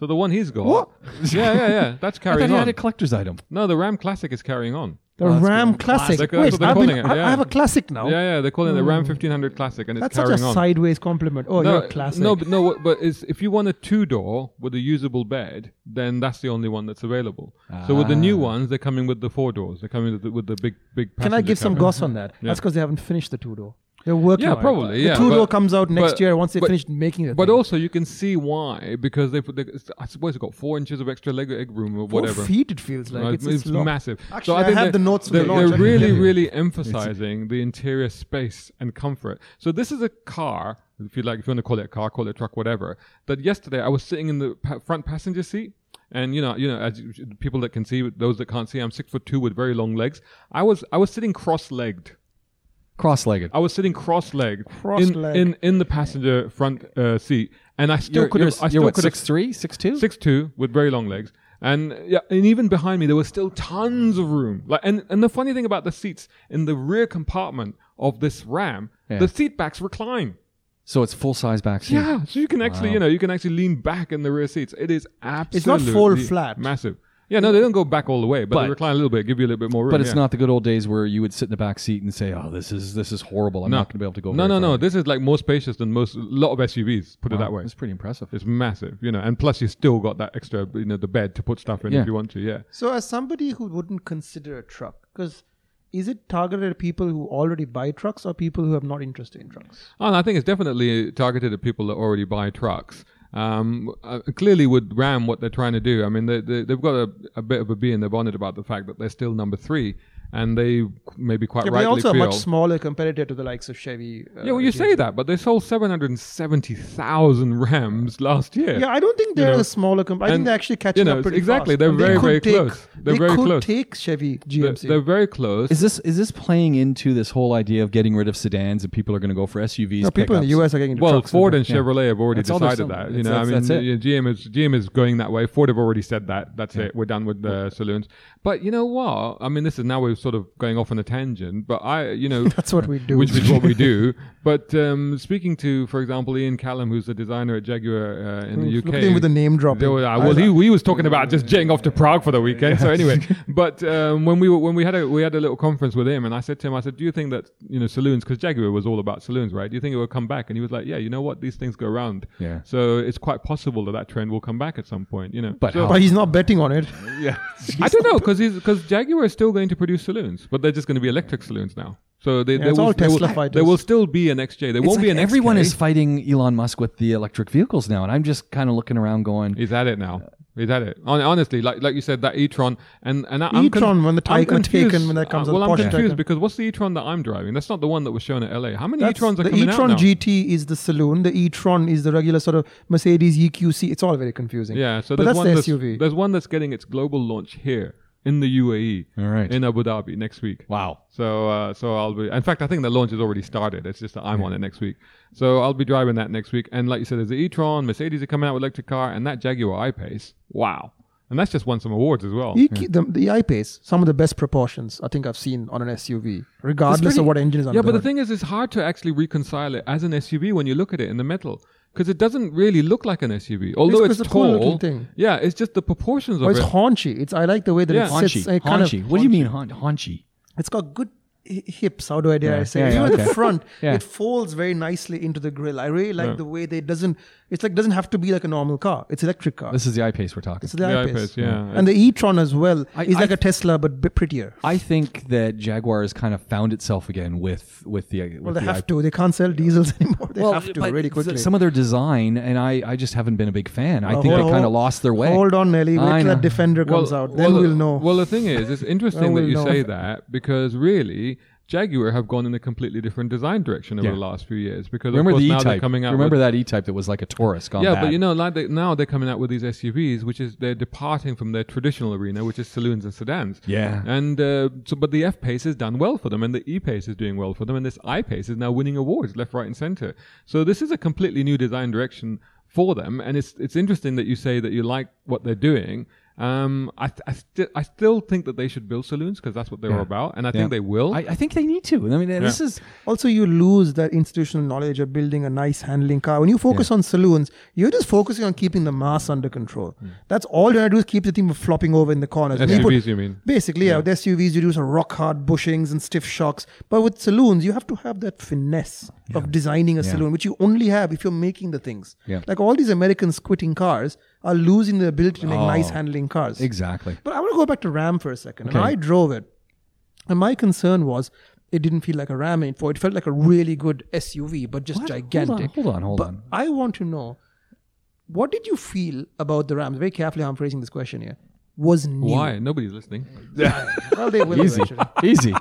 Speaker 3: So the one he's got.
Speaker 4: What?
Speaker 3: Yeah, yeah, yeah. That's
Speaker 2: I thought
Speaker 3: carrying
Speaker 2: he had
Speaker 3: on.
Speaker 2: a collector's item.
Speaker 3: no, the Ram Classic is carrying on.
Speaker 4: The Ram Classic.
Speaker 3: Classic, that's
Speaker 4: Wait,
Speaker 3: what they're
Speaker 4: I've been-
Speaker 3: calling it,
Speaker 4: I- I
Speaker 3: yeah.
Speaker 4: have a classic now.
Speaker 3: Yeah, yeah. They're calling it the Ram 1500 Classic, and
Speaker 4: Oh. Hmm. That's
Speaker 3: it's
Speaker 4: such a
Speaker 3: carrying on.
Speaker 4: sideways compliment. Oh, you're a classic.
Speaker 3: no, but no, what- but it's, if you want a two door with a usable bed, then that's the only one that's available. So with the new ones, they're coming with the four doors. They're coming with the, with the big, big.
Speaker 4: Ah. Can I
Speaker 3: passenger
Speaker 4: give some
Speaker 3: cabin.
Speaker 4: goss on that? That's because they haven't finished the two door. They're working.
Speaker 3: Yeah,
Speaker 4: on it.
Speaker 3: probably, yeah,
Speaker 4: the two door
Speaker 3: but-
Speaker 4: comes out next
Speaker 3: but-
Speaker 4: year once they
Speaker 3: but-
Speaker 4: finished making it.
Speaker 3: But also, you can see why because they put. The, I suppose it got four inches of extra leg, egg room or
Speaker 4: Four
Speaker 3: whatever.
Speaker 4: feet it feels like.
Speaker 3: No,
Speaker 4: it's,
Speaker 3: it's,
Speaker 4: it's
Speaker 3: it's
Speaker 4: long.
Speaker 3: massive.
Speaker 4: Actually, I have
Speaker 3: they're-
Speaker 4: the notes for the
Speaker 3: They're,
Speaker 4: launch. I
Speaker 3: they're
Speaker 4: can
Speaker 3: really,
Speaker 4: tell you.
Speaker 3: really emphasizing the interior space and comfort. So this is a car, if you like, if you want to call it a car, call it a truck, whatever. That yesterday I was sitting in the pa- front passenger seat. And you know, you know, as you- the people that can see, those that can't see, I'm six foot two with very long legs. I was, I was sitting cross-legged.
Speaker 2: Cross-legged.
Speaker 3: I was sitting cross-legged,
Speaker 4: Cross-legged.
Speaker 3: in, in in the passenger front uh, seat, and I still
Speaker 2: You're,
Speaker 3: could
Speaker 2: you're,
Speaker 3: have. I
Speaker 2: you're
Speaker 3: still
Speaker 2: what,
Speaker 3: could have
Speaker 2: 6'3", 6'2"?
Speaker 3: six two with very long legs. And yeah, and even behind me there was still tons of room. Like and, and the funny thing about the seats in the rear compartment of this Ram,
Speaker 2: Yeah.
Speaker 3: the seat backs recline.
Speaker 2: So it's full size backseat.
Speaker 3: Yeah, so you can actually you know you can actually lean back in the rear seats. It is absolutely
Speaker 4: fold flat.
Speaker 3: massive. Yeah, no, they don't go back all the way, but,
Speaker 2: But-
Speaker 3: they recline a little bit, give you a little bit more room.
Speaker 2: But it's
Speaker 3: yeah.
Speaker 2: not the good old days where you would sit in the back seat and say, "Oh, this is this is horrible. I'm not going to be able to go."
Speaker 3: No,
Speaker 2: very
Speaker 3: no, no.
Speaker 2: far."
Speaker 3: This is like more spacious than most a lot of SUVs. Put it that way.
Speaker 2: It's pretty impressive.
Speaker 3: It's massive, you know, and plus you still got that extra, you know, the bed to put stuff in
Speaker 2: Yeah.
Speaker 3: if you want to. Yeah.
Speaker 4: So, as somebody who wouldn't consider a truck, because is it targeted at people who already buy trucks or people who have not interested in trucks?
Speaker 3: Oh, and I think it's definitely targeted at people that already buy trucks. Um, uh, clearly, with Ram, what they're trying to do, I mean, they, they, they've got a, a bit of a bee in their bonnet about the fact that they're still number three, and they maybe quite
Speaker 4: Yeah, but
Speaker 3: rightly
Speaker 4: they're also a
Speaker 3: feel.
Speaker 4: much smaller competitor to the likes of Chevy. uh,
Speaker 3: yeah, well, you say that, but they sold seven hundred and seventy thousand Rams last year.
Speaker 4: Yeah, I don't think they're a smaller company. I think
Speaker 3: and,
Speaker 4: they're actually
Speaker 3: you
Speaker 4: catching
Speaker 3: know,
Speaker 4: up pretty
Speaker 3: exactly,
Speaker 4: fast.
Speaker 3: they're
Speaker 4: And
Speaker 3: very,
Speaker 4: could
Speaker 3: very
Speaker 4: take-
Speaker 3: close. They're
Speaker 4: they
Speaker 3: very
Speaker 4: could
Speaker 3: close.
Speaker 4: take Chevy
Speaker 3: they're,
Speaker 4: GMC.
Speaker 3: they're very close.
Speaker 2: Is this is this playing into this whole idea of getting rid of sedans and people are going to go for SUVs?
Speaker 4: No, people in the
Speaker 2: pickups?
Speaker 4: US are getting into
Speaker 3: well,
Speaker 4: trucks.
Speaker 3: Ford
Speaker 4: now.
Speaker 3: and Chevrolet have already
Speaker 2: That's all they're
Speaker 3: decided
Speaker 2: selling.
Speaker 3: that. You know,
Speaker 2: That's-
Speaker 3: I mean,
Speaker 2: that's it.
Speaker 3: yeah, GM is GM is going that way. Ford have already said that. That's it. We're done with the saloons. But you know what? I mean, this is now we're sort of going off on a tangent. But I, you know,
Speaker 4: That's what we do.
Speaker 3: which is what we do. But um, speaking to, for example, Ian Callum, who's the designer at Jaguar uh, in the UK,
Speaker 4: Look at him with the name dropping.
Speaker 3: there were- uh, well, he, he was talking about just jetting off to Prague for the weekend. So anyway, but um, when we were, when we had a we had a little conference with him, and I said to him, I said, "Do you think that you know saloons? Because Jaguar was all about saloons, right? Do you think it will come back?" And he was like, "Yeah, you know what? These things go round.
Speaker 2: Yeah.
Speaker 3: So it's quite possible that that trend will come back at some point. You know.
Speaker 2: But
Speaker 3: So-
Speaker 2: how?
Speaker 4: but he's not betting on it.
Speaker 3: yeah, I don't know because because Jaguar is still going to produce saloons, but they're just going to be electric saloons now. So they, they
Speaker 4: it's
Speaker 3: will,
Speaker 4: all
Speaker 3: they
Speaker 4: Tesla
Speaker 3: will,
Speaker 4: fighters.
Speaker 3: there will still be an XJ. There
Speaker 2: It's
Speaker 3: won't
Speaker 2: like
Speaker 3: be an
Speaker 2: everyone
Speaker 3: XK.
Speaker 2: is fighting Elon Musk with the electric vehicles now, and I'm just kind of looking around, going,
Speaker 3: He's at it now. He's at it. Hon- Honestly, like like you said, that e-tron and and I, I'm
Speaker 4: e-tron, when the
Speaker 3: I'm
Speaker 4: Taycan
Speaker 3: confused.
Speaker 4: Taycan, when that comes
Speaker 3: Uh,
Speaker 4: out,
Speaker 3: well, I'm
Speaker 4: Porsche
Speaker 3: confused
Speaker 4: Taycan.
Speaker 3: because what's the e-tron that I'm driving? That's not the one that was shown at LA. How many
Speaker 4: That's-
Speaker 3: e-trons are
Speaker 4: the
Speaker 3: coming
Speaker 4: e-tron
Speaker 3: out now?
Speaker 4: GT is the saloon. The e-tron is the regular sort of Mercedes EQC. It's all very confusing.
Speaker 3: yeah, so
Speaker 4: but
Speaker 3: there's
Speaker 4: that's
Speaker 3: one
Speaker 4: the
Speaker 3: that's,
Speaker 4: SUV.
Speaker 3: there's one that's getting its global launch here. in the UAE,
Speaker 2: All right.
Speaker 3: in Abu Dhabi next week.
Speaker 2: wow.
Speaker 3: So, uh, so I'll be. In fact, I think the launch has already started. It's just that I'm on it next week. So I'll be driving that next week. And like you said, there's the e-tron. Mercedes are coming out with electric car, and that Jaguar I-Pace. Wow. And that's just won some awards as well.
Speaker 4: E- the, the I-Pace, some of the best proportions I think I've seen on an SUV, regardless of what engine is on
Speaker 3: Yeah, but the
Speaker 4: hood.
Speaker 3: thing is, it's hard to actually reconcile it as an SUV when you look at it in the metal. Because it doesn't really look like an SUV, although
Speaker 4: 'cause
Speaker 3: it's,
Speaker 4: it's a cool
Speaker 3: tall.
Speaker 4: looking thing.
Speaker 3: Yeah, it's just the proportions of
Speaker 4: But it's
Speaker 3: it.
Speaker 4: haunchy. It's I like the way that
Speaker 3: Yeah.
Speaker 4: it sits.
Speaker 2: Haunchy.
Speaker 4: uh, kind of-
Speaker 2: Haunchy. What do you mean haun- haunchy?
Speaker 4: it's got good hi- hips. How do I dare I say?
Speaker 2: Yeah,
Speaker 4: it?
Speaker 2: yeah,
Speaker 4: Even at
Speaker 2: okay.
Speaker 4: the front,
Speaker 2: Yeah.
Speaker 4: it folds very nicely into the grill. I really like the way that it doesn't. It's like doesn't have to be like a normal car. It's electric car.
Speaker 2: This is the eye pace we're talking.
Speaker 4: it's the,
Speaker 3: The
Speaker 4: I-Pace.
Speaker 3: I-Pace, yeah.
Speaker 4: And the e-tron as well
Speaker 2: I-
Speaker 4: is
Speaker 2: I-
Speaker 4: like a Tesla but bit prettier.
Speaker 2: I think that Jaguar has kind of found itself again with with the with
Speaker 4: Well, they
Speaker 2: the
Speaker 4: have to. They can't sell diesels anymore. They
Speaker 2: Well,
Speaker 4: have to
Speaker 2: but
Speaker 4: really
Speaker 2: th-
Speaker 4: quickly.
Speaker 2: Some of their design, and I, I just haven't been a big fan. I think they
Speaker 4: hold-
Speaker 2: kind of lost their way.
Speaker 4: Hold on, Nelly. Wait
Speaker 2: I
Speaker 4: till
Speaker 2: know.
Speaker 4: that Defender comes out. Then
Speaker 3: well,
Speaker 4: we'll know.
Speaker 3: Well, the thing is, it's interesting
Speaker 4: Then
Speaker 3: that
Speaker 4: we'll
Speaker 3: you
Speaker 4: know.
Speaker 3: say that because really, Jaguar have gone in a completely different design direction over
Speaker 2: Yeah.
Speaker 3: the last few years. Because of
Speaker 2: Remember
Speaker 3: course,
Speaker 2: the
Speaker 3: now
Speaker 2: E
Speaker 3: they're
Speaker 2: type?
Speaker 3: coming out.
Speaker 2: Remember
Speaker 3: with,
Speaker 2: that E type that was like a Taurus gone
Speaker 3: Yeah,
Speaker 2: bad?
Speaker 3: but you know, like they, now they're coming out with these SUVs, which is they're departing from their traditional arena, which is saloons and sedans.
Speaker 2: Yeah.
Speaker 3: And uh, so, but the F pace has done well for them, and the E pace is doing well for them, and this I pace is now winning awards left, right, and center. So this is a completely new design direction for them, and it's it's interesting that you say that you like what they're doing. Um, I th- I, sti- I still think that they should build saloons because that's what they're about, and I
Speaker 2: Yeah.
Speaker 3: think they will.
Speaker 2: I, I think they need to. I mean, this is
Speaker 4: Also, you lose that institutional knowledge of building a nice handling car. When you focus on saloons, you're just focusing on keeping the mass under control. That's all you're going to do is keep the thing from flopping over in the corners. When
Speaker 3: SUVs,
Speaker 4: put-
Speaker 3: you mean?
Speaker 4: Basically, yeah. with SUVs, you do some rock hard bushings and stiff shocks. But with saloons, you have to have that finesse of designing a saloon, which you only have if you're making the things.
Speaker 2: Yeah.
Speaker 4: Like all these Americans quitting cars are losing the ability to make nice
Speaker 2: Oh,
Speaker 4: handling cars.
Speaker 2: exactly.
Speaker 4: But I want to go back to Ram for a second. And
Speaker 2: Okay.
Speaker 4: I drove it, and my concern was it didn't feel like a Ram anymore. It felt like a really good SUV, but just
Speaker 2: What? Hold on,
Speaker 4: gigantic.
Speaker 2: hold on, hold
Speaker 4: But
Speaker 2: on.
Speaker 4: I want to know what did you feel about the Rams? Very carefully, how I'm phrasing this question here. Was new.
Speaker 3: Why? Nobody's listening.
Speaker 4: Well, they will
Speaker 2: Easy,
Speaker 4: eventually.
Speaker 2: easy.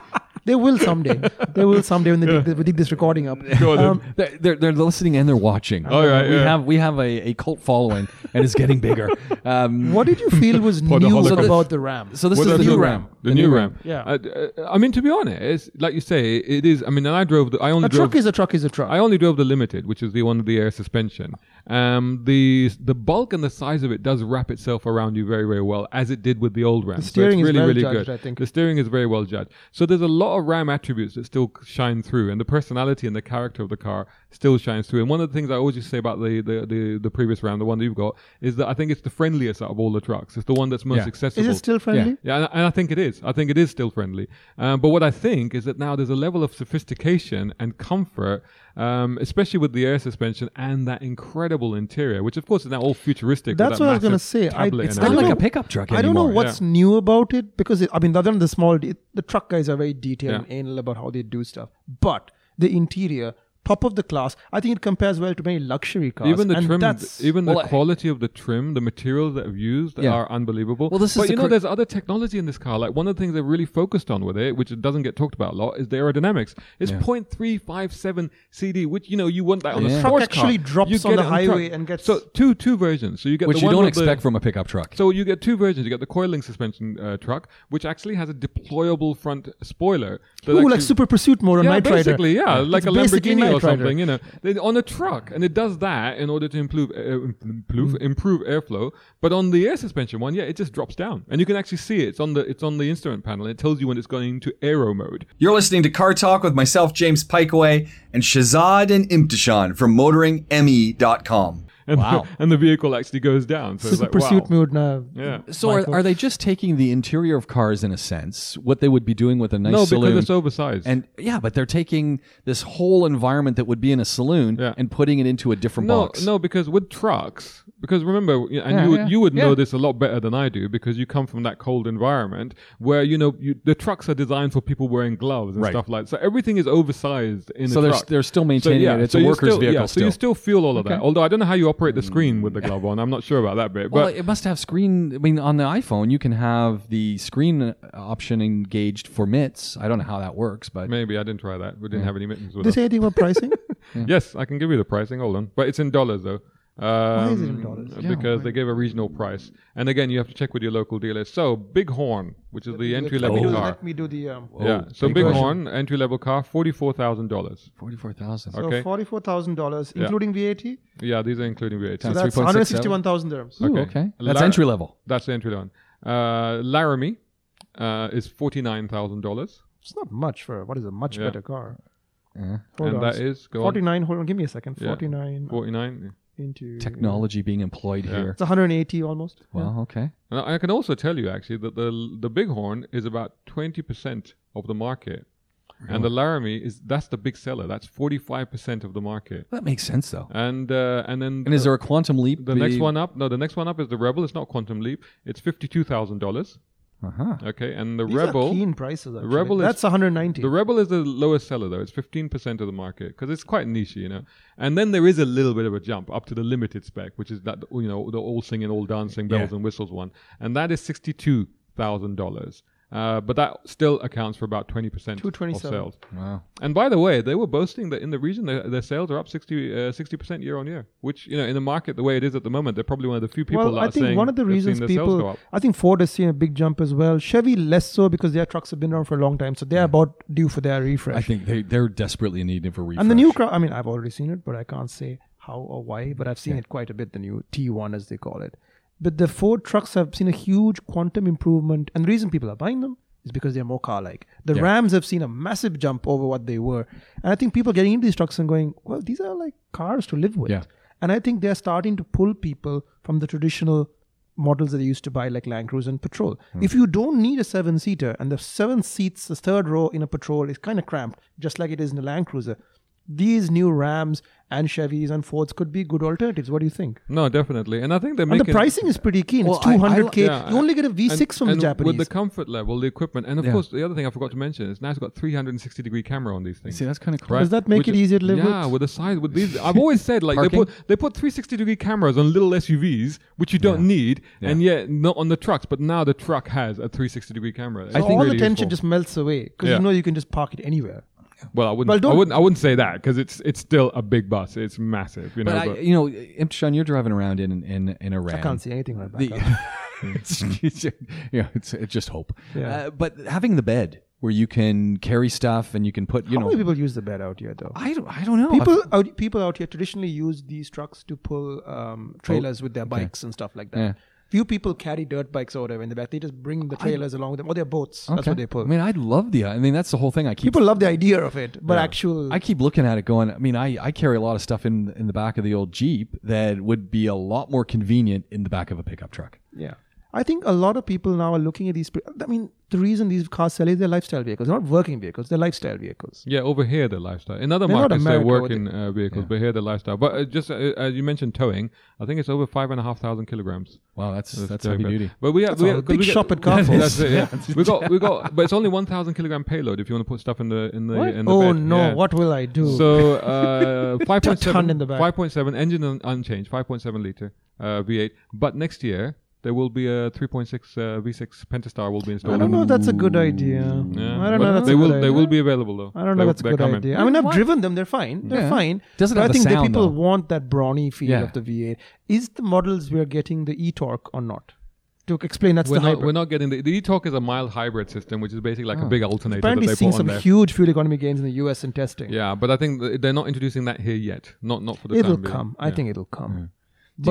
Speaker 4: They will someday. they will someday when they, dig, they dig this recording up. Um,
Speaker 2: They're, they're, they're listening and they're watching.
Speaker 3: All right,
Speaker 2: we
Speaker 3: Oh, yeah.
Speaker 2: have we have a, a cult following, and it's getting bigger. Um,
Speaker 4: what did you feel was new
Speaker 3: Podaholic. So this-
Speaker 4: about the Ram?
Speaker 2: so this
Speaker 3: What
Speaker 2: is
Speaker 3: about
Speaker 2: the new
Speaker 3: the-
Speaker 2: Ram.
Speaker 3: The, new, Ram.
Speaker 4: Yeah.
Speaker 3: Uh, d- uh, I mean, to be honest, like you say, it is. I mean, and I drove. The, I only
Speaker 4: a
Speaker 3: drove.
Speaker 4: truck is a truck is a truck.
Speaker 3: I only drove the limited, which is the one with the air suspension. Um, the the bulk and the size of it does wrap itself around you very very well, as it did with the old Ram. The
Speaker 4: steering is well judged, I think.
Speaker 3: The steering is very well judged. So there's a lot of Ram attributes that still shine through, and the personality and the character of the car still shines through. And one of the things I always used to say about the the, the, the previous Ram, the one that you've got, is that I think it's the friendliest out of all the trucks. It's the one that's most
Speaker 2: Yeah.
Speaker 3: accessible.
Speaker 4: is it still friendly?
Speaker 3: Yeah, and, and I think it is. I think it is still friendly. Um, but what I think is that now there's a level of sophistication and comfort, um, especially with the air suspension and that incredible interior, which of course is now all futuristic. with
Speaker 4: That's
Speaker 3: that
Speaker 4: what I was
Speaker 3: going to
Speaker 4: gonna say. I- it's
Speaker 2: Not
Speaker 4: I don't
Speaker 2: like a
Speaker 4: know-
Speaker 2: pickup truck
Speaker 4: I don't know
Speaker 2: anymore.
Speaker 4: what's new about it because it, I mean, other than the small, it, the truck guys are very detailed
Speaker 3: Yeah.
Speaker 4: and anal about how they do stuff. But the interior, top of the class, I think it compares well to many luxury cars.
Speaker 3: even the
Speaker 4: and
Speaker 3: trim,
Speaker 4: that's,
Speaker 3: even
Speaker 2: Well, I-
Speaker 3: the quality of the trim, the materials that have used
Speaker 2: Yeah.
Speaker 3: are unbelievable.
Speaker 2: Well, this is
Speaker 3: but
Speaker 2: the
Speaker 3: you know,
Speaker 2: cor-
Speaker 3: there's other technology in this car. Like one of the things they're really focused on with it, which it doesn't get talked about a lot, is the aerodynamics. It's 0.357 CD, which you know you want that on
Speaker 2: Yeah.
Speaker 3: a
Speaker 2: Truck
Speaker 3: sports
Speaker 4: actually
Speaker 3: car.
Speaker 4: drops
Speaker 3: You
Speaker 4: on
Speaker 3: get
Speaker 4: the
Speaker 3: it
Speaker 4: highway
Speaker 3: truck.
Speaker 4: and gets-
Speaker 3: so two two versions. So you get
Speaker 2: Which
Speaker 3: the
Speaker 2: you
Speaker 3: one
Speaker 2: don't
Speaker 3: with the-
Speaker 2: expect from a pickup truck.
Speaker 3: so you get two versions. You get the coiling suspension uh, truck, which actually has a deployable front spoiler. that
Speaker 4: ooh, like
Speaker 3: actually-
Speaker 4: Super Pursuit mode on
Speaker 3: yeah,
Speaker 4: Knight Rider.
Speaker 3: basically, yeah, like
Speaker 4: It's
Speaker 3: a
Speaker 4: basically
Speaker 3: Lamborghini
Speaker 4: Knight
Speaker 3: or
Speaker 4: Rider.
Speaker 3: something, you know, They- on a truck, and it does that in order to improve uh, improve,
Speaker 4: Mm.
Speaker 3: improve airflow. But on the air suspension one, yeah, it just drops down, and you can actually see it. It's on the it's on the instrument panel. It tells you when it's going into aero mode.
Speaker 1: You're listening to Car Talk with myself, James Pikeway, and Shazad and Imtishan from E MotoringME.com.
Speaker 3: And
Speaker 2: Wow.
Speaker 3: the, and the vehicle actually goes down. So it's
Speaker 4: Super
Speaker 3: like,
Speaker 4: Pursuit
Speaker 3: wow.
Speaker 4: mode now.
Speaker 3: Yeah.
Speaker 2: So are,
Speaker 4: Michael.
Speaker 2: are they just taking the interior of cars in a sense, what they would be doing with a nice
Speaker 3: No,
Speaker 2: saloon?
Speaker 3: because it's oversized.
Speaker 2: and yeah, but they're taking this whole environment that would be in a saloon
Speaker 3: Yeah.
Speaker 2: and putting it into a different
Speaker 3: No,
Speaker 2: box.
Speaker 3: no, because with trucks, because remember, y- and
Speaker 2: Yeah,
Speaker 3: you would,
Speaker 2: yeah.
Speaker 3: you would
Speaker 2: Yeah.
Speaker 3: know this a lot better than I do because you come from that cold environment where you know you, the trucks are designed for people wearing gloves and
Speaker 2: Right.
Speaker 3: stuff like. So everything is oversized in
Speaker 2: So
Speaker 3: the
Speaker 2: they're
Speaker 3: truck.
Speaker 2: s- they're still maintaining it. It's a
Speaker 3: you
Speaker 2: worker's
Speaker 3: still-
Speaker 2: vehicle
Speaker 3: Yeah, so
Speaker 2: still.
Speaker 3: you
Speaker 2: Mm.
Speaker 3: still feel all of that. Although I don't know how you operate the screen with the glove on. I'm not sure about that bit. But
Speaker 2: well, it must have screen. I mean, on the iPhone, you can have the screen uh, option engaged for mitts. I don't know how that works, but
Speaker 3: maybe I didn't try that. We didn't have any mittens with
Speaker 4: They
Speaker 3: us.
Speaker 4: say anything about pricing?
Speaker 3: Yes, I can give you the pricing. Hold on, but it's in dollars though. Um,
Speaker 4: is it in dollars?
Speaker 3: Because they gave a regional price. And again, you have to check with your local dealer. So, Bighorn, which is the entry
Speaker 4: Let me,
Speaker 3: level
Speaker 4: do,
Speaker 3: car.
Speaker 4: Oh. let me do the. Um,
Speaker 3: Yeah. So,
Speaker 2: big question.
Speaker 3: Bighorn, entry level car, $44,000.
Speaker 2: Forty-four thousand.
Speaker 4: So
Speaker 3: Okay.
Speaker 4: forty-four thousand dollars, including VAT.
Speaker 3: Yeah, these are including VAT.
Speaker 2: That's
Speaker 4: So that's
Speaker 2: 3.67.
Speaker 4: one hundred sixty-one thousand dirhams.
Speaker 2: Okay.
Speaker 3: Okay.
Speaker 2: okay.
Speaker 3: A
Speaker 2: That's
Speaker 3: lar-
Speaker 2: entry level.
Speaker 3: That's the entry level. Uh, Laramie uh, is $49,000.
Speaker 4: It's not much for what is a much
Speaker 3: Yeah.
Speaker 4: better car.
Speaker 2: Yeah.
Speaker 4: Hold
Speaker 3: and
Speaker 4: on.
Speaker 3: that is, go on,
Speaker 4: forty-nine. Hold on, give me a second.
Speaker 3: Yeah.
Speaker 4: Forty-nine
Speaker 3: 49
Speaker 4: into
Speaker 2: Technology being employed here.
Speaker 4: It's one hundred and eighty almost.
Speaker 2: Wow. Okay.
Speaker 3: And I I can also tell you actually that the the Bighorn is about twenty percent of the market, and the Laramie is that's the big seller. That's forty five percent of the market.
Speaker 2: That makes sense though.
Speaker 3: And uh, and then
Speaker 2: And is there a quantum leap?
Speaker 3: the next one up? No, the next one up is the Rebel. It's not Quantum Leap. It's fifty two thousand dollars.
Speaker 2: Uh huh.
Speaker 3: Okay, and the
Speaker 4: Uh-huh. These are
Speaker 3: Rebel.
Speaker 4: keen prices. Actually.
Speaker 3: Rebel is-
Speaker 4: that's one hundred ninety.
Speaker 3: The Rebel is the lowest seller though. It's fifteen percent of the market because it's quite niche, you know. And then there is a little bit of a jump up to the limited spec, which is that you know the all singing, all dancing, bells
Speaker 2: Yeah.
Speaker 3: and whistles one, and that is sixty two thousand dollars. Uh, but that still accounts for about twenty percent of
Speaker 4: 227.
Speaker 3: sales.
Speaker 2: Wow.
Speaker 3: And by the way, they were boasting that in the region their, their sales are up 60 percent year on year, which you know in the market the way it is at the moment, they're probably one of the few people
Speaker 4: well,
Speaker 3: that
Speaker 4: I
Speaker 3: are
Speaker 4: think
Speaker 3: saying
Speaker 4: one of the
Speaker 3: they've seen
Speaker 4: reasons
Speaker 3: their sales go
Speaker 4: people,
Speaker 3: up.
Speaker 4: I think Ford has seen a big jump as well. Chevy less so because their trucks have been around for a long time, so they're about due for their refresh.
Speaker 2: I think they they're desperately in need of a refresh.
Speaker 4: and the new car, I mean, I've already seen it, but I can't say how or why. But I've seen it quite a bit. The new T1, as they call it. But the Ford trucks have seen a huge quantum improvement, and the reason people are buying them is because they're more car-like. The Rams have seen a massive jump over what they were, and I think people getting into these trucks and going, "Well, these are like cars to live with."
Speaker 2: Yeah.
Speaker 4: And I think they're starting to pull people from the traditional models that they used to buy, like Land Cruiser and Patrol.
Speaker 3: Hmm.
Speaker 4: If you don't need a seven seater and the seven seats, the third row in a Patrol is kind of cramped, just like it is in a Land Cruiser, these new Rams and Chevys and Fords could be good alternatives. What do you think?
Speaker 3: No, definitely, and I think they're
Speaker 4: And
Speaker 3: making
Speaker 4: the pricing is pretty keen. it's
Speaker 2: Well, I- I
Speaker 4: 200K.
Speaker 3: Yeah,
Speaker 4: you only get a
Speaker 3: and-
Speaker 4: V6 from
Speaker 3: and
Speaker 4: the Japanese.
Speaker 3: With the comfort level, the equipment, and of
Speaker 2: Yeah.
Speaker 3: course, the other thing I forgot to mention is now it's got 360 degree camera on these things.
Speaker 2: See, that's kind of cool.
Speaker 3: Right?
Speaker 4: Does that make
Speaker 3: Which
Speaker 4: it
Speaker 3: is-
Speaker 4: easier to live
Speaker 3: yeah,
Speaker 4: with?
Speaker 3: the size, with these, I've always said like they
Speaker 2: Parking?
Speaker 3: put they put 360 degree cameras on little SUVs, which you don't need, and yet not on the trucks. But now the truck has a 360 degree camera. It's
Speaker 4: so all
Speaker 3: really
Speaker 4: the tension
Speaker 3: useful.
Speaker 4: just melts away because
Speaker 3: Yeah.
Speaker 4: you know you can just park it anywhere.
Speaker 3: well, I wouldn't,
Speaker 4: Well, don't-
Speaker 3: I wouldn't, I wouldn't say that because it's it's still a big bus. It's massive, you know.
Speaker 2: But
Speaker 3: But
Speaker 2: I, you know, Imtishan, you're driving around in in in a Ram.
Speaker 4: I can't see anything right back.
Speaker 2: The-
Speaker 4: up.
Speaker 2: it's, it's, yeah, it's, it's just hope.
Speaker 4: Yeah.
Speaker 2: Uh, but having the bed where you can carry stuff and you can put, you
Speaker 4: How
Speaker 2: know,
Speaker 4: many people use the bed out here, though?
Speaker 2: I don't, I don't
Speaker 3: Oh,
Speaker 2: know.
Speaker 4: People out, people out here traditionally use these trucks to pull
Speaker 3: Oh,
Speaker 4: um, trailers with their bikes and stuff like that.
Speaker 2: Yeah.
Speaker 4: Few people carry dirt bikes or whatever in the back. They just bring the trailers along with them or their boats. That's
Speaker 2: Okay.
Speaker 4: what they pull.
Speaker 2: I mean, I love the. I mean, that's the whole thing. I keep
Speaker 4: people love the idea of it, but actual
Speaker 2: I keep looking at it going, I mean, I, I carry a lot of stuff in in the back of the old Jeep that would be a lot more convenient in the back of a pickup truck.
Speaker 4: yeah. I think a lot of people now are looking at these. pre- I mean, the reason these cars sell is they're lifestyle vehicles. They're not working vehicles. They're lifestyle vehicles.
Speaker 3: yeah, over here the lifestyle. In other
Speaker 4: They're not
Speaker 3: markets, they're
Speaker 4: America, what
Speaker 3: working uh, vehicles, but here the lifestyle. But uh, just uh, as you mentioned, towing. I think it's over five and a half thousand kilograms.
Speaker 2: Wow, that's that's,
Speaker 3: very
Speaker 2: heavy
Speaker 3: good.
Speaker 2: duty.
Speaker 3: But we have, we
Speaker 4: a
Speaker 3: have-
Speaker 4: big
Speaker 3: 'cause we
Speaker 4: shop
Speaker 3: got,
Speaker 4: at Carrefour.
Speaker 3: That's it, yeah. we got we got, but it's only one thousand kilogram payload if you want to put stuff in the in the in the
Speaker 4: Oh
Speaker 3: bed.
Speaker 4: no!
Speaker 3: Yeah.
Speaker 4: What will I do?
Speaker 3: So uh, five point
Speaker 4: ton in
Speaker 3: seven,
Speaker 4: the back.
Speaker 3: five point seven engine un- unchanged, five point seven liter uh, V eight. But next year there will be a three point six uh, V six Pentastar will be
Speaker 4: I
Speaker 3: installed.
Speaker 4: don't know. if That's a good idea.
Speaker 3: Yeah.
Speaker 4: I don't
Speaker 3: But
Speaker 4: know. That's
Speaker 3: they
Speaker 4: a
Speaker 3: will
Speaker 4: good
Speaker 3: they
Speaker 4: idea.
Speaker 3: will be available though.
Speaker 4: I don't know
Speaker 3: They-
Speaker 4: if that's a
Speaker 3: they're
Speaker 4: good
Speaker 3: coming.
Speaker 4: idea. I mean, I've driven them. They're fine. They're
Speaker 2: Yeah.
Speaker 4: fine.
Speaker 2: Doesn't
Speaker 4: but
Speaker 2: have
Speaker 4: I
Speaker 2: the
Speaker 4: think
Speaker 2: sound,
Speaker 4: people
Speaker 2: though.
Speaker 4: want that brawny feel
Speaker 2: Yeah.
Speaker 4: of the V8. Is the models we are getting the e-torque or not? To explain, that's
Speaker 3: We're
Speaker 4: the
Speaker 3: not,
Speaker 4: hybrid. Oh.
Speaker 3: we're not getting the, the e-torque is a mild hybrid system, which is basically like a big alternator
Speaker 4: Apparently,
Speaker 3: that they
Speaker 4: seeing
Speaker 3: put on
Speaker 4: some
Speaker 3: there.
Speaker 4: huge fuel economy gains in the U.S. in testing.
Speaker 3: yeah, but I think th- they're not introducing that here yet. Not not for the
Speaker 4: it'll
Speaker 3: time being.
Speaker 4: come.
Speaker 3: Yeah.
Speaker 4: I think it'll come.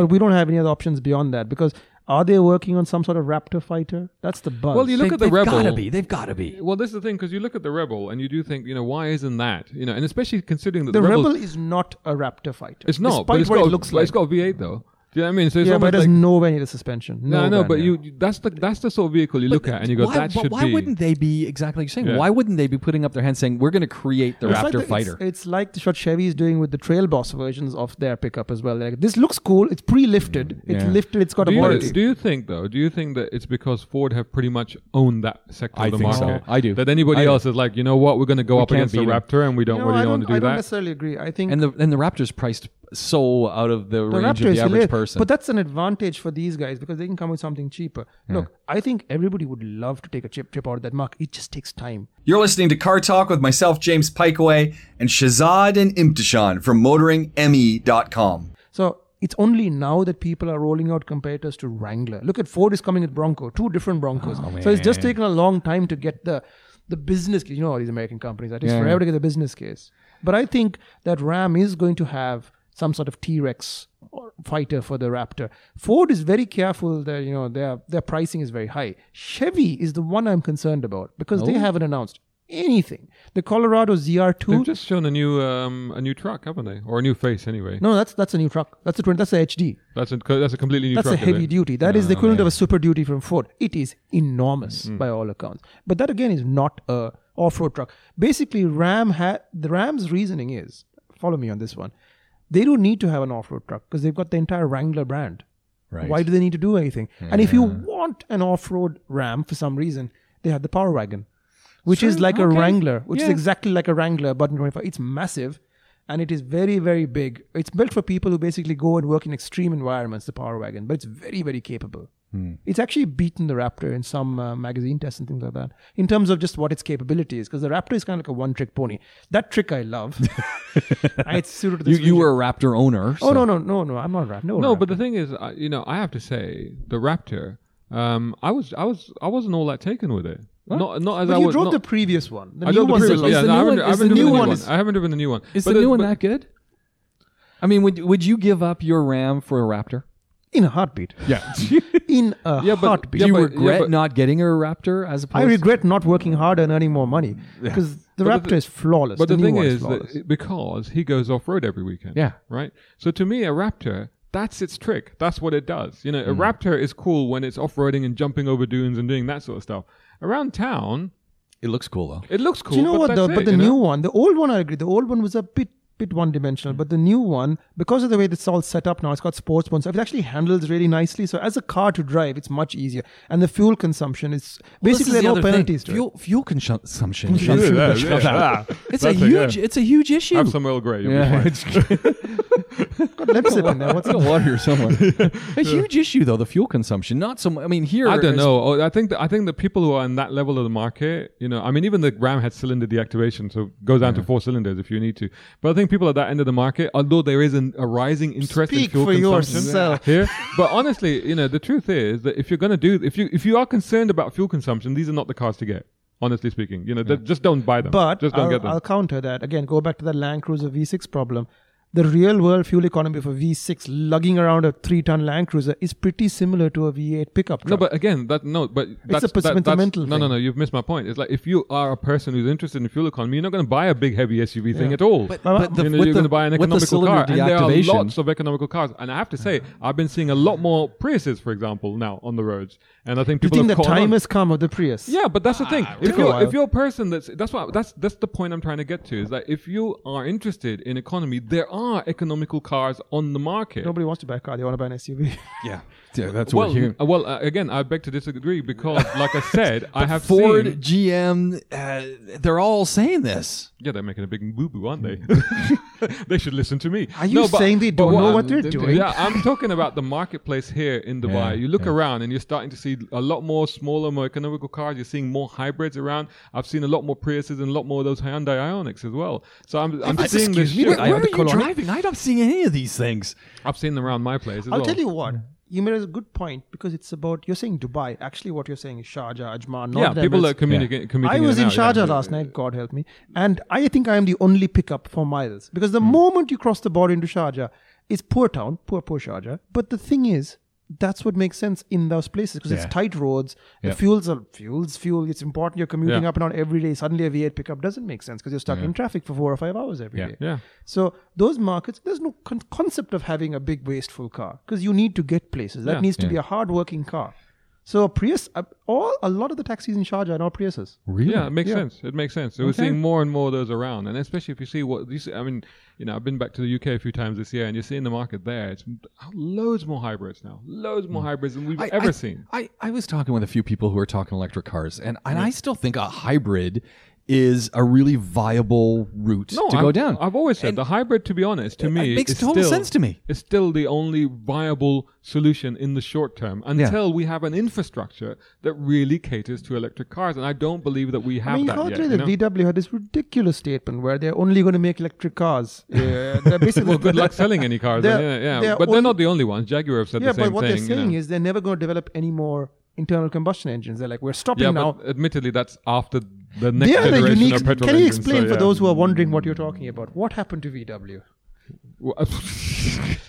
Speaker 4: But we don't have any other options beyond that because are they working on some sort of Raptor fighter? That's the buzz.
Speaker 3: Well, you look at the
Speaker 2: they've
Speaker 3: Rebel.
Speaker 2: gotta be. They've gotta be.
Speaker 3: Well, this is the thing because you look at the Rebel and you do think, you know, why isn't that? You know, and especially considering that
Speaker 4: the
Speaker 3: the, Rebel's-
Speaker 4: Rebel is not a Raptor fighter.
Speaker 3: it's not,
Speaker 4: despite
Speaker 3: but it's
Speaker 4: what
Speaker 3: got,
Speaker 4: it looks
Speaker 3: but
Speaker 4: like.
Speaker 3: it's got a V8 though. Do you know what I mean? So it's
Speaker 4: yeah, but it
Speaker 3: almost
Speaker 4: has
Speaker 3: like,
Speaker 4: nowhere near the suspension.
Speaker 3: no, no,
Speaker 4: Nowhere
Speaker 3: but
Speaker 4: near.
Speaker 3: you you- that's the that's the sort of vehicle you look at and you go,
Speaker 2: why,
Speaker 3: that
Speaker 2: but
Speaker 3: should
Speaker 2: why
Speaker 3: be.
Speaker 2: wouldn't they be exactly like you're saying?
Speaker 3: Yeah.
Speaker 2: Why wouldn't they be putting up their hand saying, "We're going to create the
Speaker 4: It's like
Speaker 2: Raptor
Speaker 4: the-
Speaker 2: fighter"?
Speaker 4: It's, it's like the what Chevy is doing with the Trail Boss versions of their pickup as well. Like this looks cool. It's pre-lifted. It's
Speaker 2: Mm, Yeah.
Speaker 4: lifted. It's got
Speaker 3: do
Speaker 4: a
Speaker 3: you,
Speaker 4: warranty.
Speaker 3: do you think though? Do you think that it's because Ford have pretty much owned that sector
Speaker 2: I
Speaker 3: of the
Speaker 2: think so.
Speaker 3: market?
Speaker 2: I do.
Speaker 3: That anybody
Speaker 2: I do.
Speaker 3: else is like, you know what? We're going to go up
Speaker 2: can't
Speaker 3: against the
Speaker 2: beat 'em.
Speaker 3: Raptor, and we don't
Speaker 4: No,
Speaker 3: really
Speaker 4: I don't,
Speaker 3: want to
Speaker 4: I
Speaker 3: do
Speaker 4: don't
Speaker 3: that.
Speaker 4: necessarily agree. I think
Speaker 2: and the and the Raptor's priced so out of the, range of the
Speaker 4: is
Speaker 2: average
Speaker 4: lit,
Speaker 2: person.
Speaker 4: But that's an advantage for these guys because they can come with something cheaper. Look, I think everybody would love to take a chip chip out of that market. It just takes time.
Speaker 1: You're listening to Car Talk with myself, James E Pikeway, and Shazad and Imtishan from MotoringME.com.
Speaker 4: So it's only now that people are rolling out competitors to Wrangler. Look at Ford is coming with Bronco, two different Broncos. so it's just taken a long time to get the the business case. You know all these American companies. That takes
Speaker 2: Yeah.
Speaker 4: forever to get the business case. But I think that Ram is going to have some sort of T Rex fighter for the Raptor. Ford is very careful that you know their their pricing is very high. Chevy is the one I'm concerned about because they haven't announced anything. The Colorado
Speaker 3: They've
Speaker 4: ZR2
Speaker 3: just shown a new um, a new truck, haven't they? Or a new face, anyway.
Speaker 4: no, that's that's a new truck. That's a 20, that's a HD.
Speaker 3: That's a that's a completely new
Speaker 4: That's
Speaker 3: truck.
Speaker 4: a heavy
Speaker 3: isn't it?
Speaker 4: duty. That is the equivalent of a super duty from Ford. It is enormous by all accounts. But that again is not a off-road truck. Basically, Ram ha- the Ram's reasoning is follow me on this one. They don't need to have an off-road truck because they've got the entire Wrangler brand.
Speaker 2: Right.
Speaker 4: Why do they need to do anything? And if you want an off-road Ram for some reason, they have the Power Wagon, which is like a Wrangler, which is exactly like a Wrangler, but in 25. It's massive. And it is very, very big. It's built for people who basically go and work in extreme environments, the Power Wagon, but it's very, very capable.
Speaker 3: Hmm.
Speaker 4: It's actually beaten the Raptor in some uh, magazine tests and things like that in terms of just what its capability is, because the Raptor is kind of like a one trick pony. That trick I love. And it's suited to
Speaker 2: You,
Speaker 4: this
Speaker 2: you
Speaker 4: region.
Speaker 2: were a Raptor owner.
Speaker 4: Oh, no, no, no, no. I'm not Raptor. No,
Speaker 3: No,
Speaker 4: Raptor.
Speaker 3: but the thing is, I, you know, I have to say the Raptor. Um, I was I was I wasn't all that taken with it. Not not as
Speaker 4: But
Speaker 3: I
Speaker 4: you
Speaker 3: was.
Speaker 4: drove
Speaker 3: not,
Speaker 4: the previous one. The
Speaker 3: I
Speaker 4: new
Speaker 3: drove the
Speaker 4: one's
Speaker 3: previous
Speaker 4: a lot-
Speaker 3: one. Yeah,
Speaker 2: the
Speaker 3: no, I
Speaker 2: new
Speaker 3: haven't
Speaker 2: one- is
Speaker 3: driven
Speaker 2: the
Speaker 3: the
Speaker 2: new
Speaker 3: new
Speaker 2: one
Speaker 3: one.
Speaker 2: is-
Speaker 3: I haven't driven the new one.
Speaker 2: Is
Speaker 3: But
Speaker 2: the new
Speaker 3: it-
Speaker 2: one
Speaker 3: but-
Speaker 2: that good? I mean, would would you give up your Ram for a Raptor?
Speaker 4: in a heartbeat.
Speaker 2: Yeah.
Speaker 4: In a
Speaker 3: Yeah, but-
Speaker 4: heartbeat.
Speaker 2: Do you
Speaker 3: but- yeah,
Speaker 2: regret
Speaker 3: but-
Speaker 2: not getting a Raptor as opposed?
Speaker 4: I regret not working harder and earning more money because the
Speaker 3: But
Speaker 4: Raptor
Speaker 3: the thi-
Speaker 4: is flawless.
Speaker 3: But the,
Speaker 4: new
Speaker 3: thing
Speaker 4: one
Speaker 3: is,
Speaker 4: flawless.
Speaker 3: that because he goes off road every weekend.
Speaker 2: Yeah.
Speaker 3: Right. So to me, a Raptor, that's its trick. That's what it does. You know,
Speaker 4: Mm.
Speaker 3: a Raptor is cool when it's off roading and jumping over dunes and doing that sort of stuff. Around town,
Speaker 1: It looks cool though.
Speaker 3: it looks cool.
Speaker 4: Do you know
Speaker 3: but
Speaker 4: what? The,
Speaker 3: that's it,
Speaker 4: but the
Speaker 3: you know?
Speaker 4: new one, the old one, I agree. The old one was a bit bit one dimensional, but the new one, because of the way it's all set up now, it's got sports mode, so it actually handles really nicely. So as a car to drive, it's much easier, and the fuel consumption is basically there are no penalties to it.
Speaker 2: fuel fuel consumption.
Speaker 3: Yeah, yeah, yeah.
Speaker 2: It's a
Speaker 3: That's
Speaker 2: huge.
Speaker 3: yeah.
Speaker 2: It's a huge issue.
Speaker 3: Have some Earl Grey. You'll be fine.
Speaker 4: God, let's sip in there. What's
Speaker 2: Some water somewhere. a huge issue though, the fuel consumption. Not so. mu- I mean, here
Speaker 3: I don't
Speaker 2: is-
Speaker 3: know. Oh, I think the, I think the people who are in that level of the market, you know, I mean, even the Ram had cylinder deactivation, so it goes down to four cylinders if you need to. But I think people at that end of the market, although there is an, a rising interest in
Speaker 4: Speak
Speaker 3: fuel
Speaker 4: for
Speaker 3: consumption
Speaker 4: yourself.
Speaker 3: here, but honestly, you know, the truth is that if you're going to do, if you if you are concerned about fuel consumption, these are not the cars to get. Honestly speaking, you know, th- just don't buy them.
Speaker 4: But
Speaker 3: just don't
Speaker 4: I'll,
Speaker 3: get them.
Speaker 4: I'll counter that. Again, go back to that Land Cruiser V6 problem. The real world fuel economy for V6 lugging around a three ton Land Cruiser is pretty similar to a V8 pickup truck.
Speaker 3: No, but again, that no, but that's,
Speaker 4: a
Speaker 3: that, that's
Speaker 4: sentimental
Speaker 3: No, no,
Speaker 4: thing.
Speaker 3: no. You've missed my point. It's like if you are a person who's interested in fuel economy, you're not going to buy a big heavy SUV thing at all.
Speaker 2: But- but the-
Speaker 3: you know,
Speaker 2: with
Speaker 3: you're
Speaker 2: the-
Speaker 3: going to buy an
Speaker 2: with the
Speaker 3: economical
Speaker 2: cylinder
Speaker 3: car, and there are
Speaker 2: deactivation-
Speaker 3: lots of economical cars. And I have to say, I've been seeing a lot more Priuses, for example, now on the roads, and I think
Speaker 4: Do you
Speaker 3: people
Speaker 4: think the
Speaker 3: have caught
Speaker 4: time Ah,
Speaker 3: on.
Speaker 4: has come of the Prius?
Speaker 3: Yeah, but that's the thing. If
Speaker 4: took a
Speaker 3: you're,
Speaker 4: while.
Speaker 3: if you're a person that's that's what that's that's the point I'm trying to get to is that if you are interested in economy, there are economical cars on the market.
Speaker 4: Nobody wants to buy a car, they want to buy an SUV.
Speaker 1: Yeah. Yeah, that's
Speaker 3: well, uh, well, uh, again, I beg to disagree because, like I said, I have
Speaker 2: Ford,
Speaker 3: seen.
Speaker 2: GM, uh, they're all saying this.
Speaker 3: Yeah, they're making a big boo boo, aren't they? they should listen to me. Are
Speaker 4: Mm. you saying they don't know what they're doing?
Speaker 3: Yeah, I'm talking about the marketplace here in Dubai. you look around and you're starting to see a lot more smaller, more economical cars. You're seeing more hybrids around. I've seen a lot more Priuses and a lot more of those Hyundai Ionics as well. So I'm, I'm seeing this.
Speaker 2: Where,
Speaker 3: Shit.
Speaker 2: where are
Speaker 3: I-
Speaker 2: you driving? I'm not seeing any of these things.
Speaker 3: I've seen them around my place as
Speaker 4: I'll
Speaker 3: well.
Speaker 4: tell you what, you made a good point because it's about, you're saying Dubai. Actually, what you're saying is Sharjah, Ajman,
Speaker 3: yeah,
Speaker 4: not
Speaker 3: people are
Speaker 4: Emirates.
Speaker 3: communicating. commuting
Speaker 4: I was in
Speaker 3: and out,
Speaker 4: Sharjah
Speaker 3: yeah.
Speaker 4: last night, God help me. And I think I am the only pickup for miles. Because the
Speaker 3: Hmm.
Speaker 4: moment you cross the border into Sharjah, it's poor town, poor, poor Sharjah. But the thing is, that's what makes sense in those places because
Speaker 2: Yeah.
Speaker 4: it's tight roads. The fuels are fuels, fuel. It's important. You're commuting
Speaker 3: Yeah.
Speaker 4: up and down every day. Suddenly, a V8 pickup doesn't make sense because you're stuck in traffic for four or five hours every day.
Speaker 3: Yeah.
Speaker 4: So those markets, there's no con- concept of having a big wasteful car because you need to get places. That
Speaker 3: Yeah.
Speaker 4: needs to be a hard-working car. So a Prius, a- all a lot of the taxis in Sharjah are now Priuses.
Speaker 2: Really?
Speaker 3: Yeah, it makes sense. It makes sense. So We're seeing more and more of those around, and especially if you see what these. I mean, you know, I've been back to the UK a few times this year, and you're seeing the market there. It's oh, loads more hybrids now, loads more hybrids than we've ever
Speaker 2: I,
Speaker 3: seen.
Speaker 2: I, I was talking with a few people who are talking electric cars, and, and I still think a hybrid is a really viable route to
Speaker 3: I've,
Speaker 2: go down.
Speaker 3: I've always said
Speaker 2: Oh, And
Speaker 3: the hybrid, to be honest, to me
Speaker 2: makes
Speaker 3: is
Speaker 2: total
Speaker 3: still-
Speaker 2: sense to me.
Speaker 3: It's still the only viable solution in the short term until we have an infrastructure that really caters to electric cars, and I don't believe that we have
Speaker 4: I mean,
Speaker 3: that
Speaker 4: how
Speaker 3: yet.
Speaker 4: did
Speaker 3: you
Speaker 4: the
Speaker 3: know?
Speaker 4: VW had this ridiculous statement where they're only going to make electric cars. Yeah, they're basically
Speaker 3: well, good luck selling any cars. then,
Speaker 4: They're-
Speaker 3: yeah, yeah.
Speaker 4: they're
Speaker 3: but they're
Speaker 4: only-
Speaker 3: not the only ones. Jaguar have said
Speaker 4: Yeah,
Speaker 3: the same
Speaker 4: but what
Speaker 3: thing.
Speaker 4: they're
Speaker 3: you
Speaker 4: saying
Speaker 3: know.
Speaker 4: is they're never going to develop any more internal combustion engines. They're like, we're stopping
Speaker 3: yeah,
Speaker 4: now.
Speaker 3: but admittedly, that's after the next
Speaker 4: They are the
Speaker 3: generation
Speaker 4: unique.
Speaker 3: of petrol
Speaker 4: Can you
Speaker 3: engines, so,
Speaker 4: explain for
Speaker 3: yeah.
Speaker 4: those who are wondering what you're talking about? What happened to VW?
Speaker 3: Well,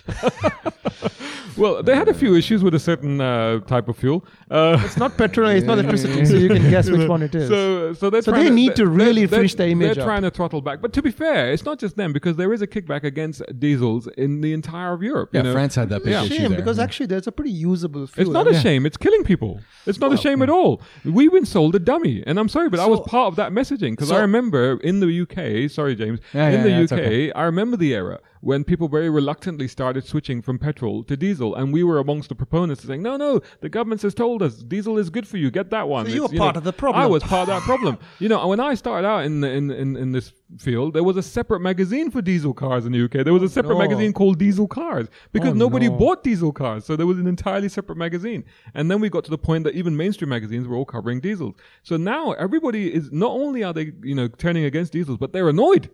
Speaker 3: well, they had a few issues with a certain uh, type of fuel. Uh,
Speaker 4: It's not petrol. It's not electricity. so you can guess which one it is.
Speaker 3: So, so, they're
Speaker 4: So
Speaker 3: trying
Speaker 4: they need to really
Speaker 3: they're-
Speaker 4: finish their image
Speaker 3: They're
Speaker 4: up.
Speaker 3: trying to throttle back. But to be fair, it's not just them because there is a kickback against diesels in the entire of Europe. you
Speaker 2: yeah,
Speaker 3: know.
Speaker 2: France had that big
Speaker 3: Yeah.
Speaker 2: issue
Speaker 4: shame
Speaker 2: there.
Speaker 4: because actually there's a pretty usable fuel.
Speaker 3: It's not a shame. It's killing people. It's not a shame at all. We've been sold a dummy, and I'm sorry, but I was part of that messaging because I
Speaker 2: so-
Speaker 3: remember in the UK. Sorry, James.
Speaker 2: Yeah,
Speaker 3: in
Speaker 2: yeah,
Speaker 3: the
Speaker 2: yeah,
Speaker 3: UK,
Speaker 2: it's okay.
Speaker 3: I remember the era when people very reluctantly started switching from petrol to diesel, and we were amongst the proponents saying, "No, no, the government has told us diesel is good for you. Get that one."
Speaker 4: So you
Speaker 3: It's-
Speaker 4: were part
Speaker 3: know,
Speaker 4: of the problem.
Speaker 3: I was part of that problem. You know, when I started out in, in in in this field, there was a separate magazine for diesel cars in the UK. There was a
Speaker 4: Oh,
Speaker 3: separate magazine called Diesel Cars because nobody bought diesel cars, so there was an entirely separate magazine. And then we got to the point that even mainstream magazines were all covering diesels. So now everybody is not only are they you know turning against diesels, but they're annoyed.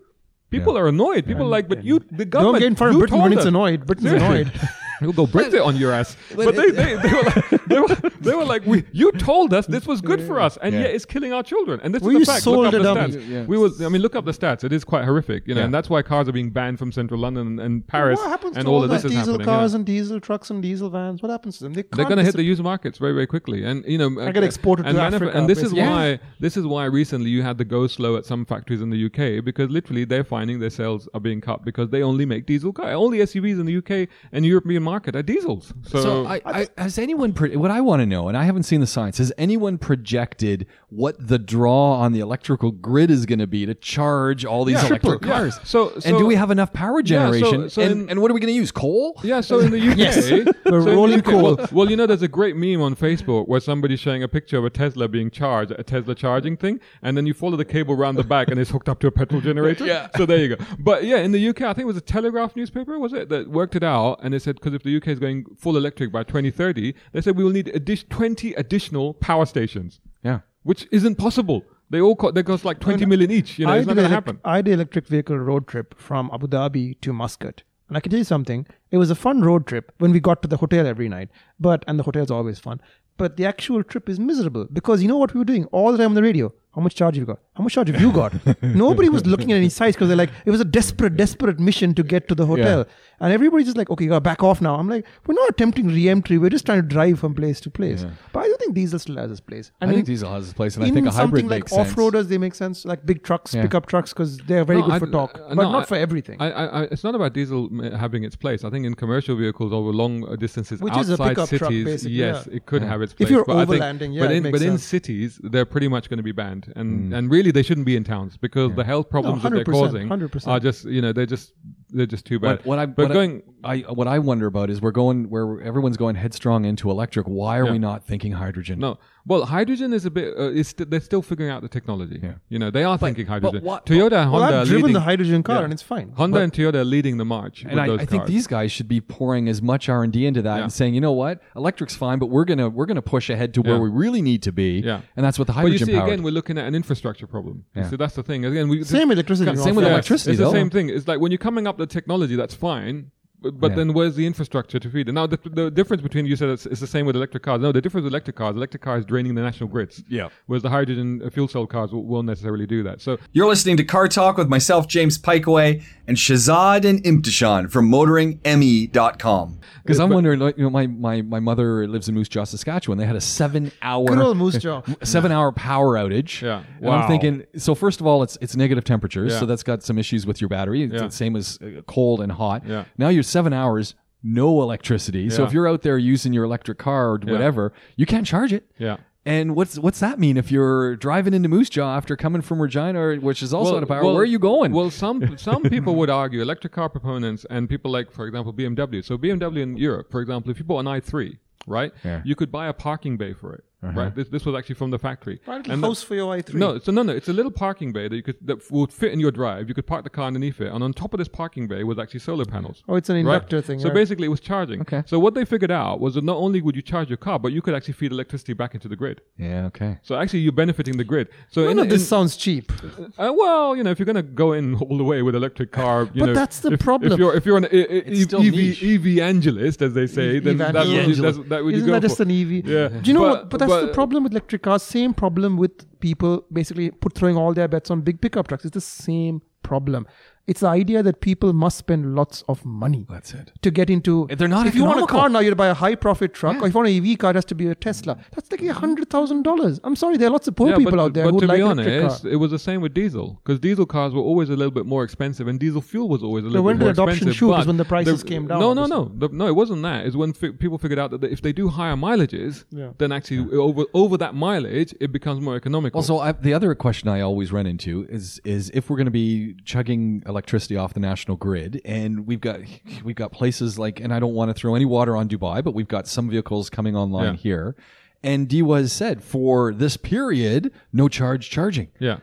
Speaker 3: People are annoyed. People are like, but you, the government,
Speaker 4: Don't get in front of
Speaker 3: you
Speaker 4: Britain
Speaker 3: told
Speaker 4: when it's
Speaker 3: us."
Speaker 4: annoyed. Britain's
Speaker 3: Seriously.
Speaker 4: annoyed.
Speaker 3: We'll go Brexit on your ass. But they, they, they were like, they were, they were like we, you told us this was good for us, and
Speaker 2: Yeah.
Speaker 3: yet it's killing our children. And this
Speaker 4: Were
Speaker 3: is
Speaker 4: you
Speaker 3: the fact.
Speaker 4: sold
Speaker 3: Look up
Speaker 4: a
Speaker 3: the
Speaker 4: dummy?
Speaker 3: stats.
Speaker 2: Yeah.
Speaker 3: We was, I mean, look up the stats. It is quite horrific, you know,
Speaker 2: Yeah.
Speaker 3: and that's why cars are being banned from central London and, and Paris,
Speaker 4: What happens
Speaker 3: and
Speaker 4: to
Speaker 3: all
Speaker 4: all,
Speaker 3: of
Speaker 4: those
Speaker 3: this is
Speaker 4: diesel
Speaker 3: happening. you know.
Speaker 4: cars and diesel trucks and diesel vans? What happens to them? They
Speaker 3: They're
Speaker 4: can't
Speaker 3: going to hit
Speaker 4: dis-
Speaker 3: the used markets very, very quickly, and you know,
Speaker 4: I get exported
Speaker 3: and
Speaker 4: to
Speaker 3: manuf-
Speaker 4: Africa,
Speaker 3: And this is
Speaker 4: basically.
Speaker 3: why this is why recently you had the go slow at some factories in the UK because literally they're finding their sales are being cut because they only make diesel cars. Only SUVs in the UK and European market are diesels. So,
Speaker 2: So, I, I, has anyone? Pre- what I want to know, and I haven't seen the science, has anyone projected what the draw on the electrical grid is going to be to charge all these
Speaker 3: Yeah.
Speaker 2: electric
Speaker 3: Triple, yeah.
Speaker 2: cars?
Speaker 3: So-
Speaker 2: and
Speaker 3: so-
Speaker 2: do we have enough power
Speaker 3: Yeah, so-
Speaker 2: generation?
Speaker 3: so
Speaker 2: and,
Speaker 3: in-
Speaker 2: and what are we going to use? Coal?
Speaker 3: Yeah, so in the UK,
Speaker 4: We're
Speaker 3: so in
Speaker 4: rolling
Speaker 3: the UK,
Speaker 4: coal.
Speaker 3: Well, well, you know, there's a great meme on Facebook where somebody's showing a picture of a Tesla being charged, a Tesla charging thing, and then you follow the cable around the back, and it's hooked up to a petrol generator.
Speaker 2: Yeah.
Speaker 3: So there you go. But yeah, in the UK, I think it was a Telegraph newspaper, was it, that worked it out, and they said because if the UK is going full electric by 2030, they said we will need addi- 20 additional power stations,
Speaker 2: Yeah.
Speaker 3: which isn't possible. They all co- they cost like 20 million each. You know,
Speaker 4: I
Speaker 3: it's not
Speaker 4: did
Speaker 3: going to
Speaker 4: elec-
Speaker 3: happen.
Speaker 4: I did electric vehicle road trip from Abu Dhabi to Muscat. And I can tell you something. It was a fun road trip when we got to the hotel every night. But and the hotel's always fun. But the actual trip is miserable because you know what we were doing all the time on the radio? How much charge have you got? How much charge have you got? Nobody was looking at any size because they're like, it was a desperate, desperate mission to get to the hotel. And everybody's just like, okay, you gotta back off now. I'm like, we're not attempting re entry. We're just trying to drive from place to place. But I don't think diesel still has its place.
Speaker 2: I, think diesel has its place, and I
Speaker 4: in
Speaker 2: think a hybrid
Speaker 4: something like
Speaker 2: makes sense.
Speaker 4: off-roaders they make sense like big trucks
Speaker 2: Yeah.
Speaker 4: pickup trucks because they're very
Speaker 3: No,
Speaker 4: good
Speaker 3: I-
Speaker 4: for talk
Speaker 3: uh,
Speaker 4: but
Speaker 3: no,
Speaker 4: not
Speaker 3: I-
Speaker 4: for everything
Speaker 3: I, I, I, it's not about diesel m- having its place. I think in commercial vehicles over long uh, distances
Speaker 4: Which is a
Speaker 3: outside
Speaker 4: pickup
Speaker 3: cities,
Speaker 4: truck, basically,
Speaker 3: yes,
Speaker 4: yeah.
Speaker 3: it could have its
Speaker 4: If
Speaker 3: place.
Speaker 4: you're
Speaker 3: but I think-
Speaker 4: overlanding, yeah,
Speaker 3: but
Speaker 4: it
Speaker 3: in,
Speaker 4: makes
Speaker 3: but in
Speaker 4: sense.
Speaker 3: cities, they're pretty much going to be banned, and
Speaker 2: Mm.
Speaker 3: and really they shouldn't be in towns because the health problems that they're
Speaker 4: 100%,
Speaker 3: causing
Speaker 4: 100%.
Speaker 3: are just you know they're just they're just too bad.
Speaker 2: What, what I
Speaker 3: but
Speaker 2: what
Speaker 3: going
Speaker 2: I, I what I wonder about is we're going where everyone's going headstrong into electric. Why are
Speaker 3: Yeah.
Speaker 2: we not thinking hydrogen?
Speaker 3: no. Well, hydrogen is a bit. Uh, is st- they're still figuring out the technology.
Speaker 2: Yeah.
Speaker 3: You know, they are thinking hydrogen.
Speaker 2: what-
Speaker 3: Toyota and
Speaker 4: well
Speaker 3: Honda
Speaker 4: I've
Speaker 3: are
Speaker 4: driven
Speaker 3: leading.
Speaker 4: the hydrogen car
Speaker 3: yeah.
Speaker 4: and it's fine
Speaker 3: Honda and Toyota are leading the march.
Speaker 2: and
Speaker 3: with
Speaker 2: I,
Speaker 3: those
Speaker 2: I think
Speaker 3: cars.
Speaker 2: these guys should be pouring as much R and D into that
Speaker 3: Yeah.
Speaker 2: and saying, you know what, electric's fine, but we're gonna we're gonna push ahead to where
Speaker 3: Yeah.
Speaker 2: we really need to be,
Speaker 3: Yeah.
Speaker 2: and that's what the
Speaker 3: But you
Speaker 2: hydrogen
Speaker 3: see,
Speaker 2: powered.
Speaker 3: again, we're looking at an infrastructure problem.
Speaker 2: Yeah.
Speaker 3: So that's the thing. Again, we
Speaker 4: same electricity
Speaker 2: Same with
Speaker 4: Yeah.
Speaker 2: electric- electricity,
Speaker 3: It's
Speaker 2: though.
Speaker 3: the same thing. It's like when you're coming up the technology, that's fine. But, but
Speaker 2: Yeah.
Speaker 3: then where's the infrastructure to feed it? Now, the, the difference between you said it's, it's the same with electric cars. No, the difference with electric cars, electric cars draining the national grids.
Speaker 2: Yeah.
Speaker 3: Whereas the hydrogen uh, fuel cell cars will, won't necessarily do that. So
Speaker 1: You're listening to Car Talk with myself, James Pikeway, and Shazad and Imtishan from E MotoringME.com.
Speaker 2: Because I'm wondering, like, you know, my, my, my mother lives in Moose Jaw, Saskatchewan. They had a seven hour
Speaker 4: good old moose jaw
Speaker 2: seven hour power outage.
Speaker 3: Yeah.
Speaker 2: And
Speaker 3: Wow.
Speaker 2: I'm thinking, so first of all, it's it's negative temperatures,
Speaker 3: Yeah.
Speaker 2: so that's got some issues with your battery. It's
Speaker 3: Yeah.
Speaker 2: the same as uh, cold and hot.
Speaker 3: Yeah.
Speaker 2: Now you're seven hours. No electricity. So
Speaker 3: Yeah.
Speaker 2: if you're out there using your electric car or whatever, you can't charge it.
Speaker 3: Yeah.
Speaker 2: And what's what's that mean if you're driving into Moose Jaw after coming from Regina, or- which is also out of power? where are you going?
Speaker 3: Well, some some people would argue electric car proponents and people like, for example, BMW. So BMW in Europe, for example, if you bought an i3, right,
Speaker 2: Yeah. Uh-huh.
Speaker 3: you could buy a parking bay for it. right? This, this was actually from the factory.
Speaker 4: Why don't you
Speaker 3: And the-
Speaker 4: house for your i3?
Speaker 3: no, so no, no. It's a little parking bay that you could that f- would fit in your drive. You could park the car underneath it, and on top of this parking bay was actually solar panels.
Speaker 4: Oh, it's an
Speaker 3: Right.
Speaker 4: inductor thing.
Speaker 3: So
Speaker 4: right.
Speaker 3: basically, it was charging.
Speaker 2: Okay.
Speaker 3: So what they figured out was that not only would you charge your car, but you could actually feed electricity back into the grid.
Speaker 2: Yeah. Okay.
Speaker 3: So actually, you're benefiting the grid. So in,
Speaker 4: None of this
Speaker 3: in-
Speaker 4: sounds cheap.
Speaker 3: uh, well, you know, if you're going to go in all the way with electric car, you
Speaker 4: But
Speaker 3: know,
Speaker 4: that's the
Speaker 3: if,
Speaker 4: problem.
Speaker 3: If you're if you're an e- e-
Speaker 2: It's still niche.
Speaker 3: EV evangelist, as they say,
Speaker 4: E-
Speaker 3: then that's what, you,
Speaker 4: evangelist.
Speaker 3: that's, that what you
Speaker 4: Isn't
Speaker 3: go
Speaker 4: that
Speaker 3: for.
Speaker 4: just an e-, EV?
Speaker 3: Yeah.
Speaker 4: Do you know
Speaker 3: But-
Speaker 4: what? But that's the
Speaker 3: but-
Speaker 4: problem with electric cars. Same problem with people basically put throwing all their bets on big pickup trucks. It's the same problem. It's the idea that people must spend lots of money
Speaker 2: That's it.
Speaker 4: to get into.
Speaker 2: They're not
Speaker 4: If you want a
Speaker 2: economical.
Speaker 4: car now, you would buy a high profit truck, or if you want an EV car, it has to be a Tesla. That's like a hundred thousand dollars. I'm sorry, there are lots of poor
Speaker 3: Yeah,
Speaker 4: people out there who
Speaker 3: to
Speaker 4: would like
Speaker 3: be
Speaker 4: electric
Speaker 3: honest,
Speaker 4: cars.
Speaker 3: it was the same with diesel because diesel cars were always a little bit more expensive, and diesel fuel was always a little
Speaker 4: when
Speaker 3: bit
Speaker 4: did
Speaker 3: more
Speaker 4: adoption
Speaker 3: expensive.
Speaker 4: shoot? It was
Speaker 3: but
Speaker 4: when the prices came down,
Speaker 3: No, no, no, The- no. It wasn't that. It's when fi- people figured out that if they do higher mileages,
Speaker 4: Yeah.
Speaker 3: then actually over over that mileage, it becomes more economical.
Speaker 2: Also, I, the other question I always run into is is if we're going to be chugging electricity off the national grid, and we've got we've got places like, and I don't want to throw any water on Dubai, but we've got some vehicles coming online
Speaker 3: Yeah.
Speaker 2: here, and D was said for this period, no charge charging,
Speaker 3: yeah,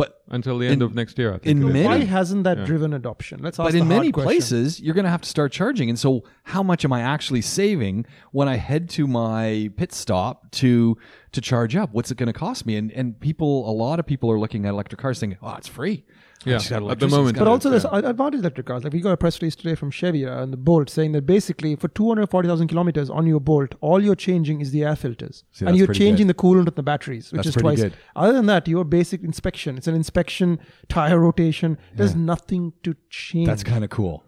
Speaker 2: but
Speaker 3: until the
Speaker 2: In-
Speaker 3: end of next year, I think.
Speaker 2: in
Speaker 4: Why
Speaker 2: many
Speaker 4: hasn't that driven adoption? Let's ask
Speaker 2: but
Speaker 4: the
Speaker 2: in
Speaker 4: hard
Speaker 2: many
Speaker 4: question.
Speaker 2: places you're going to have to start charging and so how much am i actually saving when i head to my pit stop to to charge up what's it going to cost me and and people a lot of people are looking at electric cars thinking oh it's free I
Speaker 3: Yeah,
Speaker 2: just got
Speaker 3: at the
Speaker 2: electricity,
Speaker 3: moment.
Speaker 2: it's
Speaker 4: But
Speaker 2: got-
Speaker 4: also, there's a- advantage electric cars. Like we got a press release today from Chevy uh, on the Bolt saying that basically for 240,000 kilometers on your Bolt, all you're changing is the air filters,
Speaker 2: See,
Speaker 4: and
Speaker 2: that's
Speaker 4: you're
Speaker 2: pretty
Speaker 4: changing the coolant of the batteries, which
Speaker 2: That's
Speaker 4: is
Speaker 2: pretty
Speaker 4: twice.
Speaker 2: good.
Speaker 4: Other than that, your basic inspection. It's an inspection, tire rotation. There's nothing to change.
Speaker 2: that's kind of cool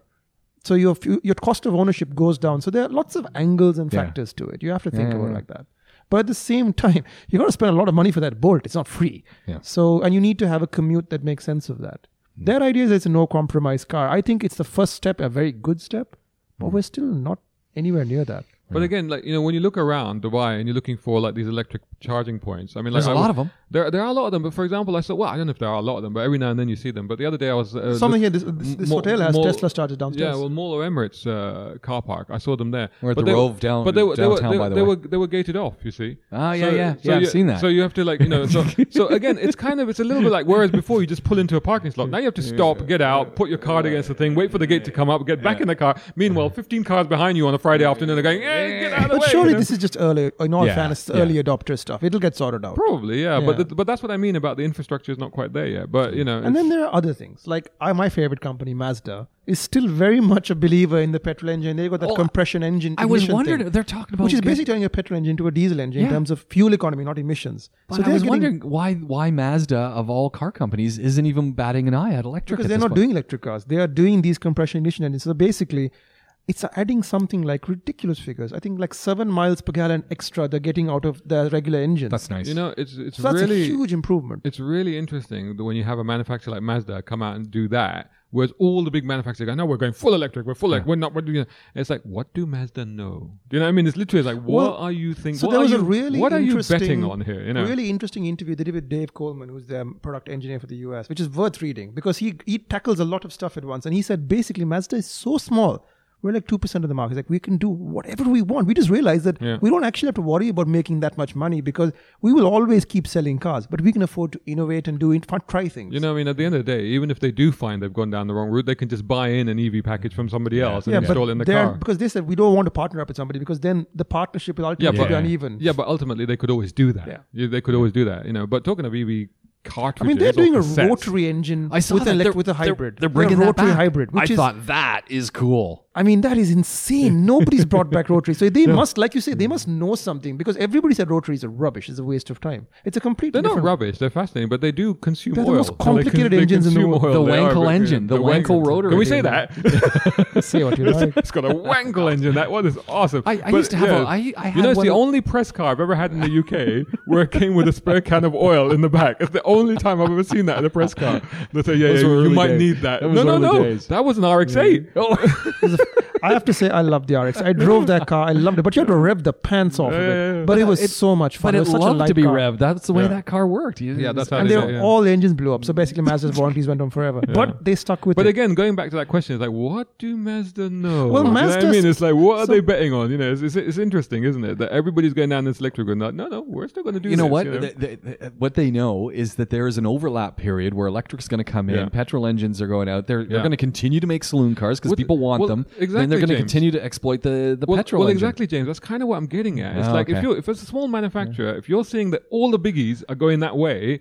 Speaker 4: so your fu- your cost of ownership goes down. So there are lots of angles and
Speaker 2: Yeah.
Speaker 4: factors to it. You have to think
Speaker 2: Yeah,
Speaker 4: about it
Speaker 2: yeah.
Speaker 4: like that. But at the same time, you got to spend a lot of money for that bolt. It's not free.
Speaker 2: Yeah.
Speaker 4: So and you need to have a commute that makes sense of that.
Speaker 3: Mm.
Speaker 4: Their idea is it's a no compromise car. I think it's the first step, a very good step, but
Speaker 3: Mm.
Speaker 4: we're still not anywhere near that.
Speaker 3: But
Speaker 2: Mm-hmm.
Speaker 3: again, like you know, when you look around Dubai and you're looking for like these electric charging points, I mean, like,
Speaker 2: There's a
Speaker 3: I
Speaker 2: lot
Speaker 3: w-
Speaker 2: of 'em.
Speaker 3: There, there are a lot of them. But for example, I saw well, I don't know if there are a lot of them, but every now and then you see them. But the other day I was uh,
Speaker 4: Something
Speaker 3: look-
Speaker 4: here. This, this, this
Speaker 3: Mo-
Speaker 4: hotel has
Speaker 3: Mo-
Speaker 4: Tesla started downstairs.
Speaker 3: Yeah, well, Mall of Emirates uh, car park. I saw them there.
Speaker 2: We're at
Speaker 3: But
Speaker 2: the
Speaker 3: they were-
Speaker 2: Rove down-
Speaker 3: but they were,
Speaker 2: downtown,
Speaker 3: they were,
Speaker 2: by the
Speaker 3: they
Speaker 2: way.
Speaker 3: were they were gated off. You see.
Speaker 2: Ah, yeah, yeah. Yeah, I've
Speaker 3: you-
Speaker 2: seen that.
Speaker 3: So you have to like you know. So, so again, it's kind of it's a little bit like whereas before you just pull into a parking slot. Now you have to stop, get out, put your card against the thing, wait for the gate to come up, get back in the car. Meanwhile, 15 cars behind you on a Friday afternoon are going, hey, get out of the way.
Speaker 4: but
Speaker 3: you
Speaker 4: surely
Speaker 3: know?
Speaker 4: this is just early. In all
Speaker 2: Yeah,
Speaker 4: fairness, it's
Speaker 2: yeah.
Speaker 4: early adopter stuff. It'll get sorted out.
Speaker 3: Probably, yeah, but
Speaker 4: Yeah.
Speaker 3: th- but that's what I mean about the infrastructure is not quite there yet. But you know,
Speaker 4: And then
Speaker 3: it's-
Speaker 4: there are other things. Like I, my favorite company, Mazda, is still very much a believer in the petrol engine. They got that
Speaker 2: Oh,
Speaker 4: compression engine.
Speaker 2: i was
Speaker 4: ignition
Speaker 2: wondering
Speaker 4: thing,
Speaker 2: they're talking about
Speaker 4: which is
Speaker 2: getting-
Speaker 4: basically turning a petrol engine into a diesel engine in
Speaker 2: Yeah.
Speaker 4: terms of fuel economy, not emissions.
Speaker 2: but
Speaker 4: so
Speaker 2: I
Speaker 4: they're
Speaker 2: was
Speaker 4: getting-
Speaker 2: wondering why why Mazda of all car companies isn't even batting an eye at electric.
Speaker 4: because
Speaker 2: at
Speaker 4: they're
Speaker 2: this
Speaker 4: not
Speaker 2: point.
Speaker 4: doing electric cars. They are doing these compression ignition engines. So basically, it's adding something like ridiculous figures. I think like seven miles per gallon extra they're getting out of their regular engines.
Speaker 2: That's nice.
Speaker 3: you know, it's it's
Speaker 4: so that's
Speaker 3: really
Speaker 4: a huge improvement.
Speaker 3: It's really interesting that when you have a manufacturer like Mazda come out and do that, whereas all the big manufacturers go, "No, we're going full electric. We're full electric. We're not." We're doing it." It's like, what do Mazda know? Do you know what I mean? It's literally like, what
Speaker 4: Well,
Speaker 3: are you thinking?
Speaker 4: So
Speaker 3: what
Speaker 4: there
Speaker 3: are
Speaker 4: was
Speaker 3: you,
Speaker 4: a really
Speaker 3: what are you
Speaker 4: interesting,
Speaker 3: betting on here? You know,
Speaker 4: really interesting interview they did with Dave Coleman, who's their product engineer for the US, which is worth reading because he he tackles a lot of stuff at once. And he said basically Mazda is so small. We're like two percent of the market. Like we can do whatever we want. We just realize that
Speaker 3: Yeah.
Speaker 4: we don't actually have to worry about making that much money because we will always keep selling cars. But we can afford to innovate and do it, fun- try things.
Speaker 3: you know, I mean, at the end of the day, even if they do find they've gone down the wrong route, they can just buy in an EV package from somebody else and
Speaker 4: yeah, but
Speaker 3: install it in the
Speaker 4: they're-
Speaker 3: car.
Speaker 4: because they said we don't want to partner up with somebody because then the partnership will
Speaker 3: Yeah,
Speaker 4: ultimately
Speaker 3: but
Speaker 4: be uneven.
Speaker 3: yeah, but ultimately they could always do that.
Speaker 4: Yeah.
Speaker 3: You- they could always do that. You know, but talking of EV cartridges,
Speaker 4: I mean, they're doing
Speaker 3: or
Speaker 4: a
Speaker 3: cassettes-
Speaker 4: rotary engine
Speaker 2: I saw
Speaker 4: with,
Speaker 2: that
Speaker 4: an elec-
Speaker 2: they're-
Speaker 4: with a
Speaker 2: they're-
Speaker 4: hybrid.
Speaker 2: They're, bringing
Speaker 4: a
Speaker 2: that
Speaker 4: rotary
Speaker 2: back.
Speaker 4: hybrid, which
Speaker 2: I
Speaker 4: is
Speaker 2: thought that is cool.
Speaker 4: I mean, that is insane. Nobody's brought back rotaries. So they must, like you say, they must know something because everybody said rotaries are rubbish. It's a waste of time. It's a complete.
Speaker 3: They're not rubbish. They're fascinating, but they do consume
Speaker 4: They're the
Speaker 3: oil.
Speaker 4: most
Speaker 3: So they
Speaker 4: complicated
Speaker 3: they
Speaker 4: engines in the
Speaker 3: consume
Speaker 4: world.
Speaker 3: oil.
Speaker 2: The
Speaker 3: They are
Speaker 2: Wankel
Speaker 3: very-
Speaker 2: engine, the Wankel rotor
Speaker 3: Can we say
Speaker 2: engine.
Speaker 3: that?
Speaker 4: say what you like.
Speaker 3: it's got a Wankel engine. That one is awesome.
Speaker 2: I- I used to have a- I- I
Speaker 3: you
Speaker 2: had
Speaker 3: know, it's
Speaker 2: one
Speaker 3: the
Speaker 2: of-
Speaker 3: only press car I've ever had in the UK where it came with a spare can of oil in the back. It's the only time I've ever seen that in a press car. They say, yeah, yeah
Speaker 2: Those were
Speaker 3: you
Speaker 2: early
Speaker 3: might
Speaker 2: days.
Speaker 3: need that.
Speaker 2: That was
Speaker 3: no, no,
Speaker 2: early
Speaker 3: no.
Speaker 2: days.
Speaker 3: That was an RX-8.
Speaker 2: Oh.
Speaker 4: There's a I have to say, I love the RX. I drove that car. I loved it. But you had to rev the pants off of
Speaker 3: Yeah, yeah, yeah.
Speaker 4: it. But it was so much fun.
Speaker 2: But
Speaker 4: it
Speaker 2: it
Speaker 4: was such a
Speaker 2: loved
Speaker 4: light
Speaker 2: to be
Speaker 4: car.
Speaker 2: revved. That's the way
Speaker 3: Yeah.
Speaker 2: that car worked. You-
Speaker 3: Yeah, that's how
Speaker 4: And
Speaker 3: they
Speaker 4: they
Speaker 3: do it,
Speaker 4: were,
Speaker 3: yeah.
Speaker 4: all engines blew up. So basically, Mazda's warranties went on forever. But they stuck with
Speaker 3: But
Speaker 4: it.
Speaker 3: again, going back to that question, it's like, what do Mazda know?
Speaker 4: Well,
Speaker 3: You know what I
Speaker 4: Mazda's-
Speaker 3: mean, it's like, what are
Speaker 4: so-
Speaker 3: they betting on? You know, it's, it's, it's interesting, isn't it? That everybody's going down this electric and that, no, no, we're still going to do.
Speaker 2: you know
Speaker 3: this,
Speaker 2: what?
Speaker 3: You know?
Speaker 2: Th- th- th- what they know is that there is an overlap period where electric's going to come in,
Speaker 3: Yeah.
Speaker 2: petrol engines are going out. They're, they're
Speaker 3: Yeah.
Speaker 2: going to continue to make saloon cars because
Speaker 3: Well,
Speaker 2: people want
Speaker 3: well,
Speaker 2: them. Then
Speaker 3: exactly,
Speaker 2: they're going to
Speaker 3: James.
Speaker 2: continue to exploit the, the
Speaker 3: well,
Speaker 2: petrol
Speaker 3: well,
Speaker 2: engine.
Speaker 3: exactly, James. That's kind of what I'm getting at. It's
Speaker 2: Ah,
Speaker 3: like
Speaker 2: okay.
Speaker 3: if you are if it's a small manufacturer, if you're seeing that all the biggies are going that way.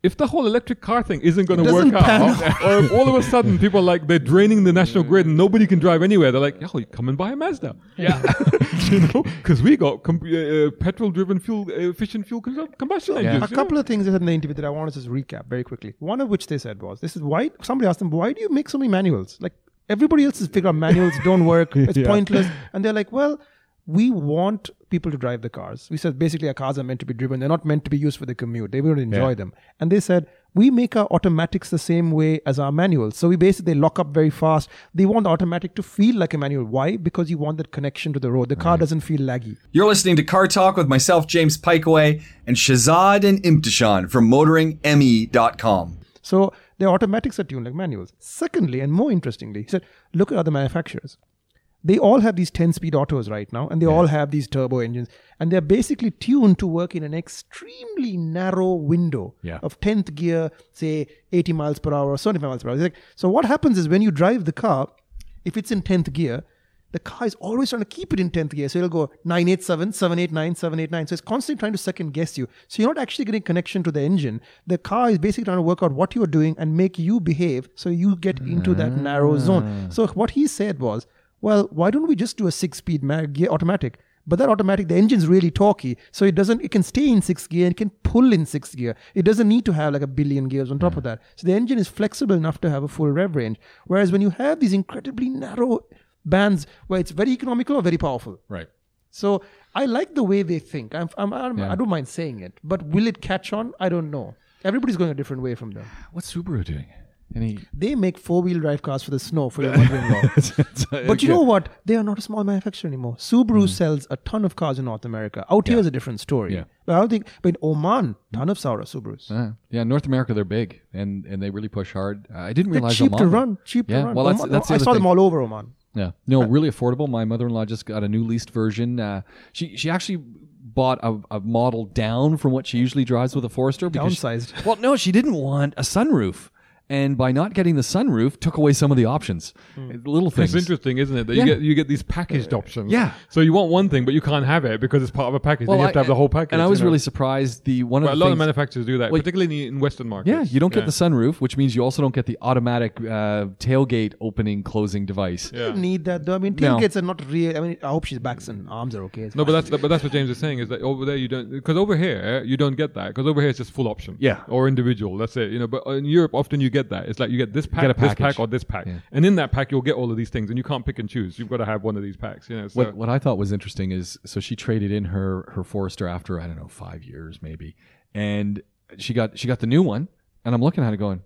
Speaker 3: If the whole electric car thing isn't going to work
Speaker 4: doesn't pan
Speaker 3: out, or if all of a sudden people are like they're draining the national grid and nobody can drive anywhere, they're like, "Oh, come and buy a Mazda." Yeah, you know, because we got com- uh, uh, petrol-driven fuel, uh, efficient fuel com- combustion engines.
Speaker 4: a
Speaker 3: you know?
Speaker 4: couple of things they said in the interview that I want to just recap very quickly. One of which they said was, "This is why." Somebody asked them, "Why do you make so many manuals? Like everybody else has figured out manuals don't work. It's pointless." And they're like, "Well, we want people to drive the cars. We said basically our cars are meant to be driven. They're not meant to be used for the commute. They don't enjoy them." And they said. We make our automatics the same way as our manuals. So we basically they lock up very fast. They want the automatic to feel like a manual. Why? Because you want that connection to the road. The car doesn't feel laggy.
Speaker 1: You're listening to Car Talk with myself, James Pikeway, and Shazad and Imtishan from E MotoringME.com.
Speaker 4: So their automatics are tuned like manuals. Secondly, and more interestingly, he said, look at other manufacturers. They all have these 10 speed autos right now, and they all have these turbo engines, and they're basically tuned to work in an extremely narrow window
Speaker 2: Yeah.
Speaker 4: of 10th gear, say 80 miles per hour or 75 miles per hour. He's like, so what happens is when you drive the car, if it's in 10th gear, the car is always trying to keep it in 10th gear. So it'll go 987, 789, 789. So it's constantly trying to second guess you. So you're not actually getting connection to the engine. The car is basically trying to work out what you're doing and make you behave so you get into that narrow zone. So what he said was, well, why don't we just do a six speed ma- gear automatic? But that automatic, the engine's really torquey, so it doesn't. It can stay in sixth gear and can pull in sixth gear. It doesn't need to have like a billion gears on top of that. So the engine is flexible enough to have a full rev range. Whereas when you have these incredibly narrow bands, where it's very economical or very powerful.
Speaker 2: Right.
Speaker 4: So I like the way they think. I'm, I'm, I'm, I don't mind saying it, but will it catch on? I don't know. Everybody's going a different way from them.
Speaker 2: What's Subaru doing? Any?
Speaker 4: They make four-wheel drive cars for the snow. For your wondering why. But you know what? They are not a small manufacturer anymore. Subaru sells a ton of cars in North America. Out here is a different story.
Speaker 2: Hmm. Yeah.
Speaker 4: But I don't think. But in Oman, ton of Saura Subarus.
Speaker 2: Uh, yeah, North America, they're big and and they really push hard. Uh, I didn't
Speaker 4: They're
Speaker 2: realize
Speaker 4: cheap to
Speaker 2: Oman-
Speaker 4: run. Cheap
Speaker 2: Yeah,
Speaker 4: to run.
Speaker 2: well, that's-
Speaker 4: Oman-
Speaker 2: that's the
Speaker 4: I
Speaker 2: other
Speaker 4: saw them
Speaker 2: thing.
Speaker 4: all over Oman.
Speaker 2: Yeah. No, really affordable. My mother-in-law just got a new leased version. Uh, she she actually bought a, a model down from what she usually drives with a Forester. because she-
Speaker 4: Downsized.
Speaker 2: well, no, she didn't want a sunroof, and by not getting the sunroof, took away some of the options. Little things.
Speaker 3: It's Hmm. interesting, isn't it? That
Speaker 2: Yeah.
Speaker 3: you get you get these packaged options.
Speaker 2: yeah.
Speaker 3: So you want one thing, but you can't have it because it's part of a package. then you have to have the whole package.
Speaker 2: And I
Speaker 3: you
Speaker 2: was
Speaker 3: know.
Speaker 2: really surprised. The one
Speaker 3: But a
Speaker 2: of the
Speaker 3: lot of
Speaker 2: things-
Speaker 3: manufacturers do that,
Speaker 2: Well,
Speaker 3: particularly in Western markets.
Speaker 2: Yeah, you don't get the sunroof, which means you also don't get the automatic uh, tailgate opening closing device.
Speaker 3: Yeah.
Speaker 4: Need that though. I mean,
Speaker 2: No.
Speaker 4: tailgates are not real. I mean, I hope she's backs and arms are okay. It's
Speaker 3: No, but
Speaker 4: fine.
Speaker 3: that's but that's what James is saying is that over there you don't because over here you don't get that because over here it's just full option.
Speaker 2: Yeah.
Speaker 3: Or individual. That's it. You know, but in Europe often you get that. It's like you get this pack,
Speaker 2: get a
Speaker 3: this
Speaker 2: package.
Speaker 3: pack, or this pack, and in that pack you'll get all of these things, and you can't pick and choose. You've got to have one of these packs. You know. So.
Speaker 2: What, what I thought was interesting is so she traded in her her Forester after I don't know five years maybe, and she got she got the new one, and I'm looking at it going,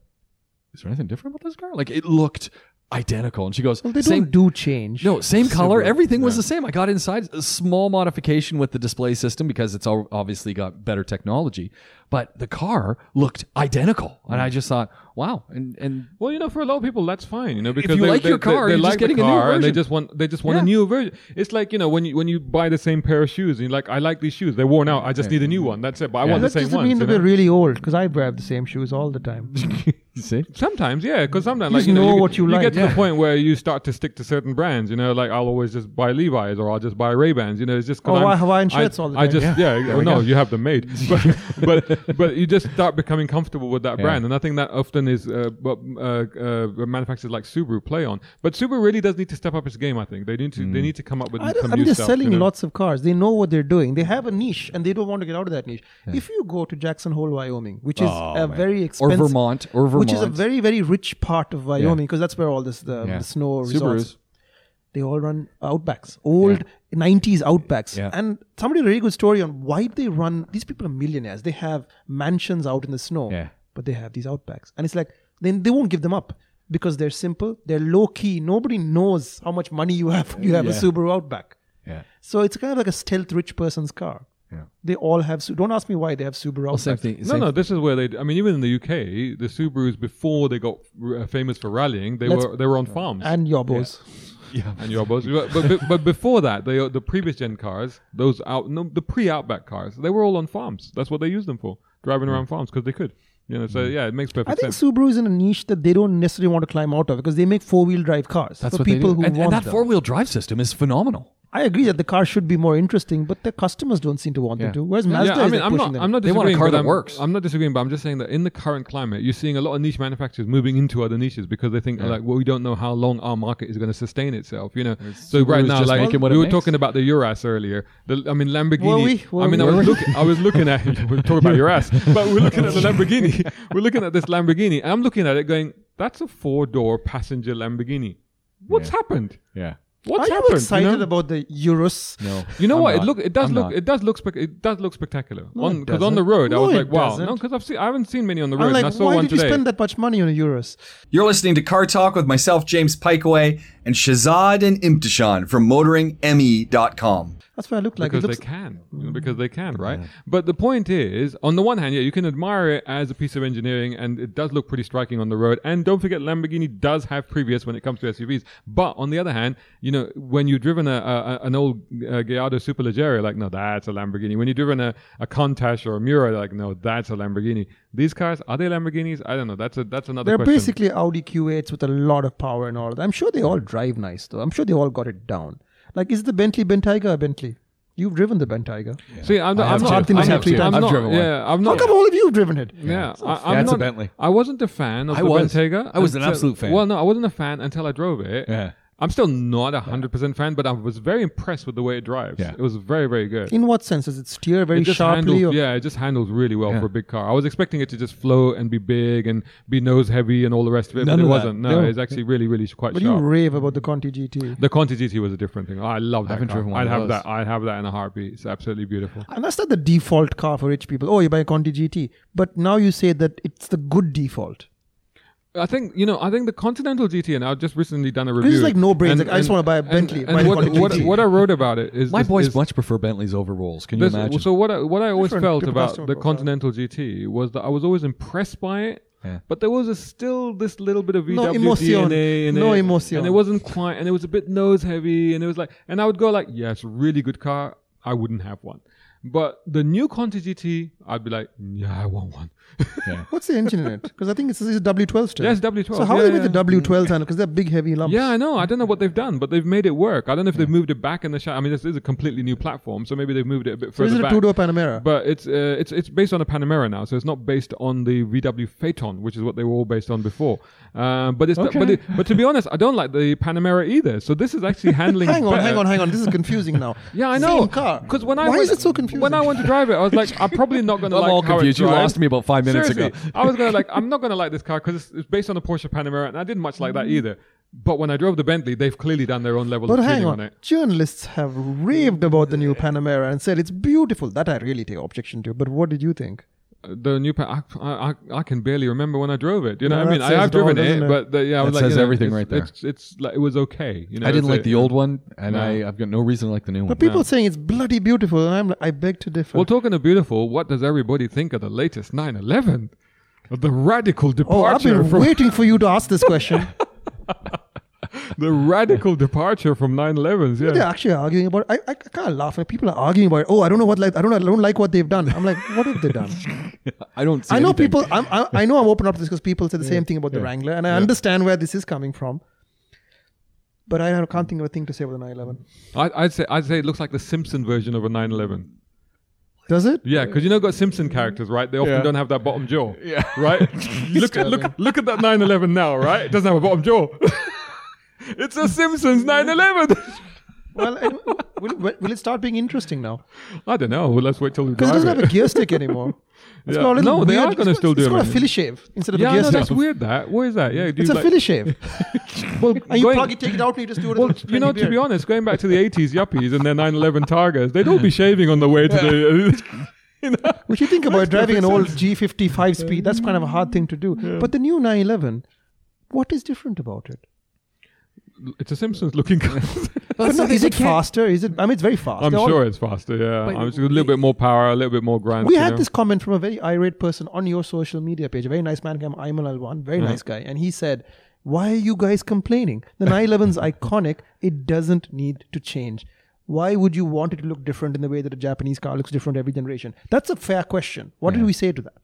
Speaker 2: is there anything different about this car? Like it looked identical, and she goes,
Speaker 4: well, they
Speaker 2: same
Speaker 4: don't do change.
Speaker 2: no same color, everything was the same. I got inside a small modification with the display system because it's all obviously got better technology, but the car looked identical, and I just thought, wow, and and
Speaker 3: Well, you know, for a lot of people, that's fine. You know, because
Speaker 2: you
Speaker 3: they,
Speaker 2: like
Speaker 3: they,
Speaker 2: your car,
Speaker 3: they,
Speaker 2: you're
Speaker 3: they
Speaker 2: just
Speaker 3: like the
Speaker 2: getting a new
Speaker 3: car, and they
Speaker 2: version.
Speaker 3: just want they just want
Speaker 2: Yeah.
Speaker 3: a new version. It's like you know when you when you buy the same pair of shoes, and you're like, I like these shoes. They're worn out. I just need a new one. That's it. But I want the
Speaker 4: That
Speaker 3: same
Speaker 4: doesn't
Speaker 3: ones.
Speaker 4: mean
Speaker 3: you
Speaker 4: that we're
Speaker 3: know?
Speaker 4: really old because I wear the same shoes all the time.
Speaker 2: you see,
Speaker 3: Sometimes, yeah, because sometimes
Speaker 4: You
Speaker 3: like
Speaker 4: just
Speaker 3: you know,
Speaker 4: know
Speaker 3: you,
Speaker 4: what you
Speaker 3: you
Speaker 4: like.
Speaker 3: get to
Speaker 4: Yeah.
Speaker 3: the point where you start to stick to certain brands. You know, like I'll always just buy Levi's or I'll just buy Ray Bans. You know, it's just 'cause
Speaker 4: Or
Speaker 3: I'm-
Speaker 4: buy Hawaiian
Speaker 3: I-
Speaker 4: shirts all the
Speaker 3: I
Speaker 4: time.
Speaker 3: just yeah, well, no, you have them made, but, but but you just start becoming comfortable with that brand, and I think that often is uh, what uh, uh, manufacturers like Subaru play on. But Subaru really does need to step up its game. I think they need to they need to come up with
Speaker 4: I, don't,
Speaker 3: some
Speaker 4: I
Speaker 3: new
Speaker 4: mean, they're
Speaker 3: stuff.
Speaker 4: selling
Speaker 3: you know?
Speaker 4: lots of cars. They know what they're doing. They have a niche, and they don't want to get out of that niche. If you go to Jackson Hole, Wyoming, which is a very expensive,
Speaker 2: Vermont, Oh, or
Speaker 4: which is a
Speaker 2: Vermont.
Speaker 4: very very rich part of Wyoming, because that's where all this the,
Speaker 2: Yeah.
Speaker 4: the snow
Speaker 2: Subarus.
Speaker 4: resorts. They all run Outbacks, old '90s Outbacks,
Speaker 2: Yeah.
Speaker 4: and somebody had a really good story on why they run. These people are millionaires. They have mansions out in the snow,
Speaker 2: Yeah.
Speaker 4: but they have these Outbacks, and it's like then they won't give them up. because they're simple, they're low key. Nobody knows how much money you have when you have a
Speaker 2: Yeah.
Speaker 4: Subaru Outback.
Speaker 2: Yeah.
Speaker 4: So it's kind of like a stealth rich person's car.
Speaker 2: Yeah.
Speaker 4: They all have. Su- Don't ask me why they have Subaru
Speaker 2: Well, same
Speaker 4: Outback.
Speaker 2: thing.
Speaker 3: No,
Speaker 2: Same
Speaker 3: no, this is where they. I mean, even in the UK, the Subarus before they got uh, famous for rallying, they
Speaker 4: Let's-
Speaker 3: were they were on farms
Speaker 4: And Yobos.
Speaker 2: Yeah.
Speaker 3: and Yobos. But, but, but- but before that, they, the previous gen cars, those out, no, the pre Outback cars, they were all on farms. That's what they used them for, driving around farms because they could. You know, so yeah, it makes perfect
Speaker 4: Hmm. I think
Speaker 3: sense.
Speaker 4: Subaru is in a niche that they don't necessarily want to climb out of because they make four wheel drive cars
Speaker 2: That's
Speaker 4: for
Speaker 2: what
Speaker 4: people
Speaker 2: they do.
Speaker 4: who
Speaker 2: and,
Speaker 4: want
Speaker 2: and that
Speaker 4: them.
Speaker 2: four wheel drive system is phenomenal.
Speaker 4: I agree that the car should be more interesting, but their customers don't seem to want
Speaker 2: Yeah.
Speaker 4: them to. Whereas Mazda
Speaker 3: yeah, I
Speaker 4: is
Speaker 3: mean,
Speaker 4: like
Speaker 3: I'm
Speaker 4: pushing
Speaker 3: not,
Speaker 4: them.
Speaker 3: I'm not
Speaker 2: They want a
Speaker 3: disagreeing.
Speaker 2: car
Speaker 3: but
Speaker 2: that
Speaker 3: I'm,
Speaker 2: works.
Speaker 3: I'm not disagreeing, but I'm just saying that in the current climate, you're seeing a lot of niche manufacturers moving into other niches because they think like, well, we don't know how long our market is going to sustain itself. You know, so
Speaker 2: Subaru's
Speaker 3: right now,
Speaker 2: just
Speaker 3: like we
Speaker 2: making what
Speaker 3: were
Speaker 2: it makes.
Speaker 3: talking about the Uras earlier. The, I mean, Lamborghini.
Speaker 4: Were we? Were
Speaker 3: I mean, I
Speaker 4: we?
Speaker 3: was looking. I was looking at. We're talking about Uras, but we're looking at the Lamborghini. we're looking at this Lamborghini. and I'm looking at it, going, that's a four door passenger Lamborghini. What's happened?
Speaker 2: Yeah.
Speaker 3: What's
Speaker 4: Are
Speaker 3: happened?
Speaker 4: you
Speaker 3: you
Speaker 4: excited
Speaker 3: know?
Speaker 4: about the Urus?
Speaker 2: No.
Speaker 3: You know
Speaker 2: I'm
Speaker 3: what?
Speaker 2: not.
Speaker 3: It look it does
Speaker 2: I'm
Speaker 3: look
Speaker 2: not.
Speaker 3: it does look spec- it does look spectacular.
Speaker 4: No,
Speaker 3: on
Speaker 4: it
Speaker 3: because on the
Speaker 4: doesn't.
Speaker 3: road I
Speaker 4: No,
Speaker 3: was
Speaker 4: it
Speaker 3: like, wow, no,
Speaker 4: doesn't.
Speaker 3: because I've seen I haven't seen many on the road.
Speaker 4: I'm
Speaker 3: and I
Speaker 4: like,
Speaker 3: saw
Speaker 4: why
Speaker 3: one
Speaker 4: did you
Speaker 3: today.
Speaker 4: spend that much money on a Urus?
Speaker 1: You're listening to Car Talk with myself, James Pikeway, and Shazad and Imtishan from E MotoringME.com.
Speaker 4: That's what I look like. It
Speaker 3: because
Speaker 4: looks Mm.
Speaker 3: they can, You know, because they can, right? But the point is, on the one hand, yeah, you can admire it as a piece of engineering, and it does look pretty striking on the road. And don't forget, Lamborghini does have previous when it comes to SUVs. But on the other hand, you know, when you've driven a, a a- an old uh, Gallardo Superleggero, like no, that's a Lamborghini. When you've driven a, a Countach or a Mura, like no, that's a Lamborghini. These cars are they Lamborghinis? I don't know. That's a that's another.
Speaker 4: They're
Speaker 3: question.
Speaker 4: basically Audi Q8s with a lot of power and all that. I'm sure they all drive nice though. I'm sure they all got it down. Like, is the Bentley Bentayga a Bentley? You've driven the Bentayga.
Speaker 3: See, I'm not.
Speaker 2: I have
Speaker 3: I'm
Speaker 2: to.
Speaker 3: not.
Speaker 4: I
Speaker 3: I'm
Speaker 4: have
Speaker 3: not-
Speaker 4: to.
Speaker 3: I'm
Speaker 2: I've
Speaker 3: not-
Speaker 2: driven one.
Speaker 3: Yeah, I'm
Speaker 4: How
Speaker 3: not.
Speaker 4: come all of you have driven it?
Speaker 3: Yeah, I, I'm
Speaker 2: Yeah, it's a
Speaker 3: not,
Speaker 2: Bentley.
Speaker 3: I wasn't a fan of
Speaker 2: I
Speaker 3: the
Speaker 2: was.
Speaker 3: Bentayga.
Speaker 2: I was an
Speaker 3: until-
Speaker 2: absolute fan.
Speaker 3: Well, no, I wasn't a fan until I drove it.
Speaker 2: Yeah.
Speaker 3: I'm still not a hundred percent fan, but I was very impressed with the way it drives.
Speaker 2: Yeah.
Speaker 3: It was very, very good.
Speaker 4: In what sense? Does it steer very
Speaker 3: it just
Speaker 4: sharply?
Speaker 3: handles,
Speaker 4: or-
Speaker 3: yeah, it just handles really well for a big car. I was expecting it to just float and be big and be nose heavy and all the rest of it,
Speaker 2: None
Speaker 3: but it
Speaker 2: of that.
Speaker 3: wasn't. No, it's actually really, really sh- quite
Speaker 4: But you
Speaker 3: sharp.
Speaker 4: rave about the Conti GT.
Speaker 3: the Conti GT was a different thing. I love that.
Speaker 2: haven't
Speaker 3: car.
Speaker 2: driven one
Speaker 3: I'd
Speaker 2: of
Speaker 3: have
Speaker 2: those.
Speaker 3: that. I'd have that in a heartbeat. It's absolutely beautiful.
Speaker 4: And that's not the default car for rich people. Oh, you buy a Conti GT. But now you say that it's the good default.
Speaker 3: I think you know. I think the Continental GT, and I've just recently done a review.
Speaker 4: Because it's like no brains.
Speaker 3: and-
Speaker 4: Like, I just
Speaker 3: and-
Speaker 4: want to buy a
Speaker 3: and-
Speaker 4: Bentley.
Speaker 3: And,
Speaker 4: buy a
Speaker 3: what,
Speaker 4: Conti
Speaker 3: what,
Speaker 4: GT.
Speaker 3: what I wrote about it is
Speaker 2: My
Speaker 3: is-
Speaker 2: boys
Speaker 3: is-
Speaker 2: much prefer Bentleys over Rolls. Can you
Speaker 3: this-
Speaker 2: imagine?
Speaker 3: So what I, what I always
Speaker 4: Different-
Speaker 3: felt
Speaker 4: different
Speaker 3: about
Speaker 4: customer
Speaker 3: the
Speaker 4: profile.
Speaker 3: Continental GT was that I was always impressed by it.
Speaker 2: Yeah.
Speaker 3: But there was a, still this little bit of VW
Speaker 4: emotion.
Speaker 3: DNA in
Speaker 4: No
Speaker 3: it,
Speaker 4: emotion.
Speaker 3: and it wasn't quite, and it was a bit nose heavy, and it was like, and I would go like, yeah, it's a really good car. I wouldn't have one, but the new Conti GT, I'd be like, yeah, I want one.
Speaker 4: What's the engine in it? Because I think it's, it's a W12 still.
Speaker 3: Yes, W12.
Speaker 4: So how do
Speaker 3: Yeah,
Speaker 4: they
Speaker 3: yeah.
Speaker 4: make the W12 handle? Because they're big, heavy lumps.
Speaker 3: Yeah, I know. I don't know what they've done, but they've made it work. I don't know if they've moved it back in the shadow. I mean, this is a completely new platform, so maybe they've moved it a bit
Speaker 4: So is
Speaker 3: further
Speaker 4: it a
Speaker 3: back.
Speaker 4: two-door Panamera?
Speaker 3: But it's uh, it's it's based on a Panamera now, so it's not based on the VW Phaeton, which is what they were all based on before. Um, but it's but, it, but to be honest, I don't like the Panamera either. So this is actually handling.
Speaker 4: hang on,
Speaker 3: better.
Speaker 4: hang on, hang on. This is confusing now.
Speaker 3: Yeah, I know.
Speaker 4: Same car.
Speaker 3: Because when I
Speaker 4: why
Speaker 3: went-
Speaker 4: is it so confusing?
Speaker 3: When I went to drive it, I was like, I'm probably not going to
Speaker 2: I'm
Speaker 3: like
Speaker 2: all
Speaker 3: how it
Speaker 2: confused. You
Speaker 3: drives.
Speaker 2: lost me about five minutes ago.
Speaker 3: Seriously, I was going to like, I'm not going to like this car because it's, it's based on a Porsche Panamera, and I didn't much like that either. But when I drove the Bentley, they've clearly done their own level
Speaker 4: but
Speaker 3: of
Speaker 4: hang
Speaker 3: tuning on.
Speaker 4: on,
Speaker 3: it.
Speaker 4: journalists have raved about the new Panamera and said it's beautiful. That I really take objection to. But what did you think?
Speaker 3: Uh, The new, pa- I, I, I- I can barely remember when I drove it. You know
Speaker 4: No,
Speaker 3: what I mean?
Speaker 4: that
Speaker 3: I
Speaker 4: says
Speaker 3: have
Speaker 4: it all,
Speaker 3: driven it,
Speaker 4: doesn't it?
Speaker 3: but the, yeah,
Speaker 2: That
Speaker 3: I was like,
Speaker 2: says
Speaker 3: you know,
Speaker 2: everything
Speaker 3: it's-
Speaker 2: right there.
Speaker 3: It's, it's like, it was okay. You know,
Speaker 2: I didn't
Speaker 3: it's
Speaker 2: like
Speaker 3: a-
Speaker 2: the old one, and
Speaker 3: No.
Speaker 2: I, I've got no reason to like the new one.
Speaker 4: But people saying it's bloody beautiful, and I'm like, I beg to differ.
Speaker 3: Well, talking of beautiful, what does everybody think of the latest 911? Of The radical
Speaker 4: oh, I've
Speaker 3: departure
Speaker 4: been
Speaker 3: from
Speaker 4: waiting for you to ask this question.
Speaker 3: the radical departure from 911s. Yeah,
Speaker 4: They're actually arguing about. I, I kind of laugh when people are arguing about. Oh, I don't know what like I don't I don't like what they've done. I'm like, what have they done?
Speaker 2: I don't. See
Speaker 4: I know
Speaker 2: anything.
Speaker 4: people. I'm, I, I know I'm open up to this because people say the same thing about the Wrangler, and I understand where this is coming from. But I don't- can't think of a thing to say about the 911.
Speaker 3: I'd, I'd say I'd say it looks like the Simpson version of a 911.
Speaker 4: Does it?
Speaker 3: Yeah, because you know, got Simpson
Speaker 4: Mm-hmm.
Speaker 3: characters, right? They often
Speaker 2: Yeah.
Speaker 3: don't have that bottom jaw. Yeah, right. look at look look at that 911 now, right? It doesn't have a bottom jaw. it's a Simpsons 911.
Speaker 4: Well, I don't- will, will- will it start being interesting now?
Speaker 3: I don't know. Well, let's wait till we
Speaker 4: Because it
Speaker 3: drive
Speaker 4: doesn't have a
Speaker 3: it.
Speaker 4: gear stick anymore. It's
Speaker 3: Yeah.
Speaker 4: got a little
Speaker 3: No, they
Speaker 4: weird-
Speaker 3: are gonna
Speaker 4: it's got-
Speaker 3: still do
Speaker 4: It's
Speaker 3: it,
Speaker 4: got a
Speaker 3: man.
Speaker 4: filly shave instead of
Speaker 3: Yeah,
Speaker 4: a
Speaker 3: I
Speaker 4: gear
Speaker 3: know,
Speaker 4: stick.
Speaker 3: that's weird. That what is that? Yeah, do
Speaker 4: It's
Speaker 3: you
Speaker 4: a
Speaker 3: like,
Speaker 4: filly shave.
Speaker 3: Well,
Speaker 4: And you
Speaker 3: going-
Speaker 4: plug it, take it out, and you just do it.
Speaker 3: Well,
Speaker 4: with a
Speaker 3: you know, to
Speaker 4: beard.
Speaker 3: be honest, going back to the 80s yuppies and their 911 Targas, they'd all be shaving on the way to the.
Speaker 4: If you think about driving an old G55 speed, that's kind of a hard thing to do. But the new 911, What is different about it?
Speaker 3: It's a Simpsons looking car.
Speaker 4: But no,
Speaker 2: the thing,
Speaker 4: is
Speaker 2: they
Speaker 4: it
Speaker 2: can't-
Speaker 4: faster? Is it? I mean, it's very fast.
Speaker 3: I'm
Speaker 4: They're all-
Speaker 3: sure it's faster. Yeah,
Speaker 2: But
Speaker 3: I'm just a little bit more power, a little bit more grand.
Speaker 4: We
Speaker 3: you
Speaker 4: had
Speaker 3: know?
Speaker 4: this comment from a very irate person on your social media page. A very nice man, came Ayman Alwan, very nice guy, and he said, "Why are you guys complaining? The 911's iconic. It doesn't need to change. Why would you want it to look different in the way that a Japanese car looks different every generation? That's a fair question. What did we say to that?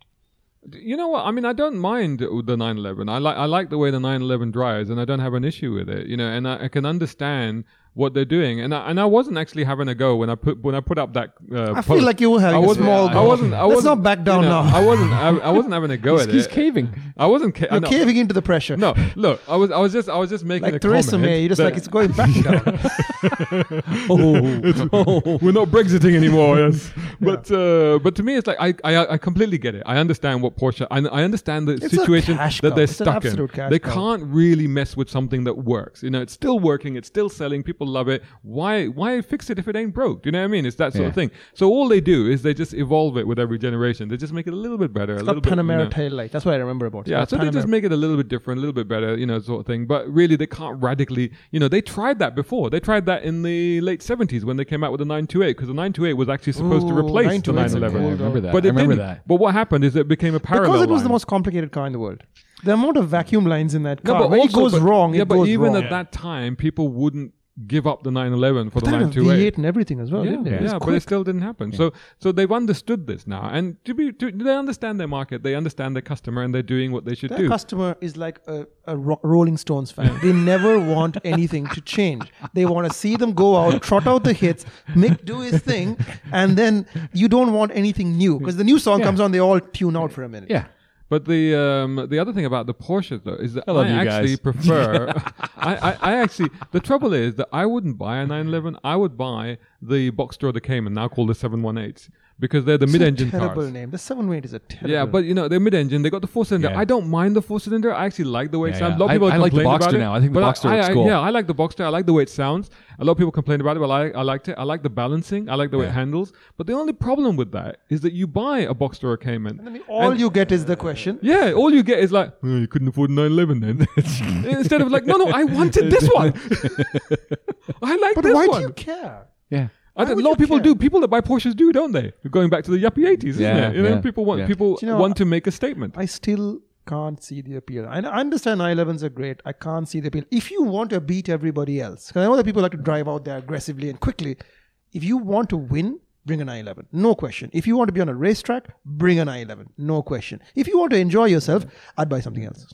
Speaker 3: You know what? I mean, I don't mind the 911. I like I like the way the 911 drives, and I don't have an issue with it. You know, and I, I can understand what they're doing. And I, and I wasn't actually having a go when I put when I put up that. Uh,
Speaker 4: I feel like you were having
Speaker 3: I
Speaker 4: a
Speaker 3: wasn't,
Speaker 4: small
Speaker 3: I
Speaker 4: go.
Speaker 3: wasn't. I
Speaker 4: Let's
Speaker 3: wasn't,
Speaker 4: not back down
Speaker 3: you know,
Speaker 4: now.
Speaker 3: I wasn't. I, I wasn't having a go
Speaker 2: He's,
Speaker 3: at
Speaker 2: he's
Speaker 3: it.
Speaker 2: caving.
Speaker 3: I wasn't. Ca-
Speaker 4: You're
Speaker 3: no,
Speaker 4: caving into the pressure.
Speaker 3: No, look. I was. I was just. I was just making a
Speaker 4: Like Theresa
Speaker 3: comment.
Speaker 4: May, you're just
Speaker 3: that-
Speaker 4: like it's going back down.
Speaker 2: Oh,
Speaker 3: We're not Brexiting anymore, yes. But uh, but to me, it's like I, I I completely get it. I understand what Porsche. I, I understand the
Speaker 4: It's a
Speaker 3: situation
Speaker 4: cash
Speaker 3: that
Speaker 4: cow.
Speaker 3: they're
Speaker 4: It's an
Speaker 3: stuck in.
Speaker 4: absolute cash
Speaker 3: They
Speaker 4: cow.
Speaker 3: can't really mess with something that works. You know, it's still working. It's still selling. People love it. Why why fix it if it ain't broke? Do you know what I mean? It's that sort of
Speaker 2: Yeah.
Speaker 3: thing. So all they do is they just evolve it with every generation. They just make it a little bit better. a
Speaker 4: It's
Speaker 3: little
Speaker 4: got
Speaker 3: bit, you know.
Speaker 4: Panamera tail light. That's what I remember about it.
Speaker 3: Yeah,
Speaker 4: It's
Speaker 3: so they
Speaker 4: Panamera.
Speaker 3: just make it a little bit different, a little bit better, you know, sort of thing. But really, they can't radically, you know, they tried that before. They tried that in the late 70s when they came out with the 928, because the 928 was actually supposed to
Speaker 4: Ooh,
Speaker 3: replace the
Speaker 4: 928 's a
Speaker 3: 911.
Speaker 4: cool
Speaker 2: I remember that.
Speaker 3: But
Speaker 2: I
Speaker 3: it
Speaker 2: remember
Speaker 3: didn't.
Speaker 2: that.
Speaker 3: But what happened is it became a parallel.
Speaker 4: because it was the
Speaker 3: line.
Speaker 4: most complicated car in the world. The amount of vacuum lines in that
Speaker 3: No,
Speaker 4: car,
Speaker 3: but
Speaker 4: when it
Speaker 3: also-
Speaker 4: goes
Speaker 3: but-
Speaker 4: wrong,
Speaker 3: Yeah,
Speaker 4: it
Speaker 3: but
Speaker 4: goes
Speaker 3: even
Speaker 4: wrong.
Speaker 3: at that time, people wouldn't give up the 911 for the
Speaker 4: They had a
Speaker 3: 928.
Speaker 4: V8 and everything as well,
Speaker 3: eh? Yeah,
Speaker 4: didn't
Speaker 3: yeah,
Speaker 4: it? It's
Speaker 3: but it
Speaker 4: quick.
Speaker 3: still didn't happen. So, so they've understood this now, and to be, to, they understand their market, they understand their customer, and they're doing what they should
Speaker 4: Their
Speaker 3: do.
Speaker 4: customer is like a, a Ro- Rolling Stones fan. they never want anything to change. They want to see them go out, trot out the hits, Mick do his thing, and then you don't want anything new because the new song comes on, they all tune out for a minute.
Speaker 2: yeah.
Speaker 3: But the um, the other thing about the Porsche though is that I,
Speaker 2: love you
Speaker 3: actually
Speaker 2: guys.
Speaker 3: prefer. I, I, I actually the trouble is that I wouldn't buy a 911. I would buy the Boxster that came and now called the 718s because they're the
Speaker 4: It's a
Speaker 3: mid-engine
Speaker 4: terrible
Speaker 3: cars.
Speaker 4: name. The 7-8 is a terrible
Speaker 3: Yeah, but you know they're mid-engine. They got the four-cylinder.
Speaker 2: Yeah.
Speaker 3: I don't mind the four-cylinder. I actually like the way it
Speaker 2: Yeah,
Speaker 3: sounds.
Speaker 2: yeah.
Speaker 3: A lot of
Speaker 2: I-
Speaker 3: people
Speaker 2: I like the
Speaker 3: complain about
Speaker 2: Boxster
Speaker 3: it,
Speaker 2: now. I think the
Speaker 3: but
Speaker 2: Boxster
Speaker 3: I,
Speaker 2: looks
Speaker 3: I,
Speaker 2: cool.
Speaker 3: Yeah, I like the Boxster. I like the way it sounds. A lot of people complain about it, but I, I liked it. I like the balancing. I like the way it handles. But the only problem with that is that you buy a Boxster or a Cayman,
Speaker 4: I mean, all you get is the question.
Speaker 3: yeah, all you get is like, oh, you couldn't afford a 911 then. Instead of like, no, no, I wanted this one. I like
Speaker 4: But
Speaker 3: this
Speaker 4: why
Speaker 3: one.
Speaker 4: do you care?
Speaker 2: Yeah.
Speaker 3: I don't, a
Speaker 4: would
Speaker 3: lot
Speaker 4: you
Speaker 3: of people
Speaker 4: care?
Speaker 3: do. People that buy Porsches do, don't they? Going back to the yuppie 80s, isn't
Speaker 2: Yeah,
Speaker 3: it? You know,
Speaker 2: yeah,
Speaker 3: people want
Speaker 2: yeah.
Speaker 3: people
Speaker 4: Do you know, uh,
Speaker 3: want to make a statement.
Speaker 4: I still can't see the appeal. I I understand 911s are great. I can't see the appeal. If you want to beat everybody else, because I know that people like to drive out there aggressively and quickly. If you want to win, bring a 911. No question. If you want to be on a racetrack, bring a 911. No question. If you want to enjoy yourself, I'd buy something else.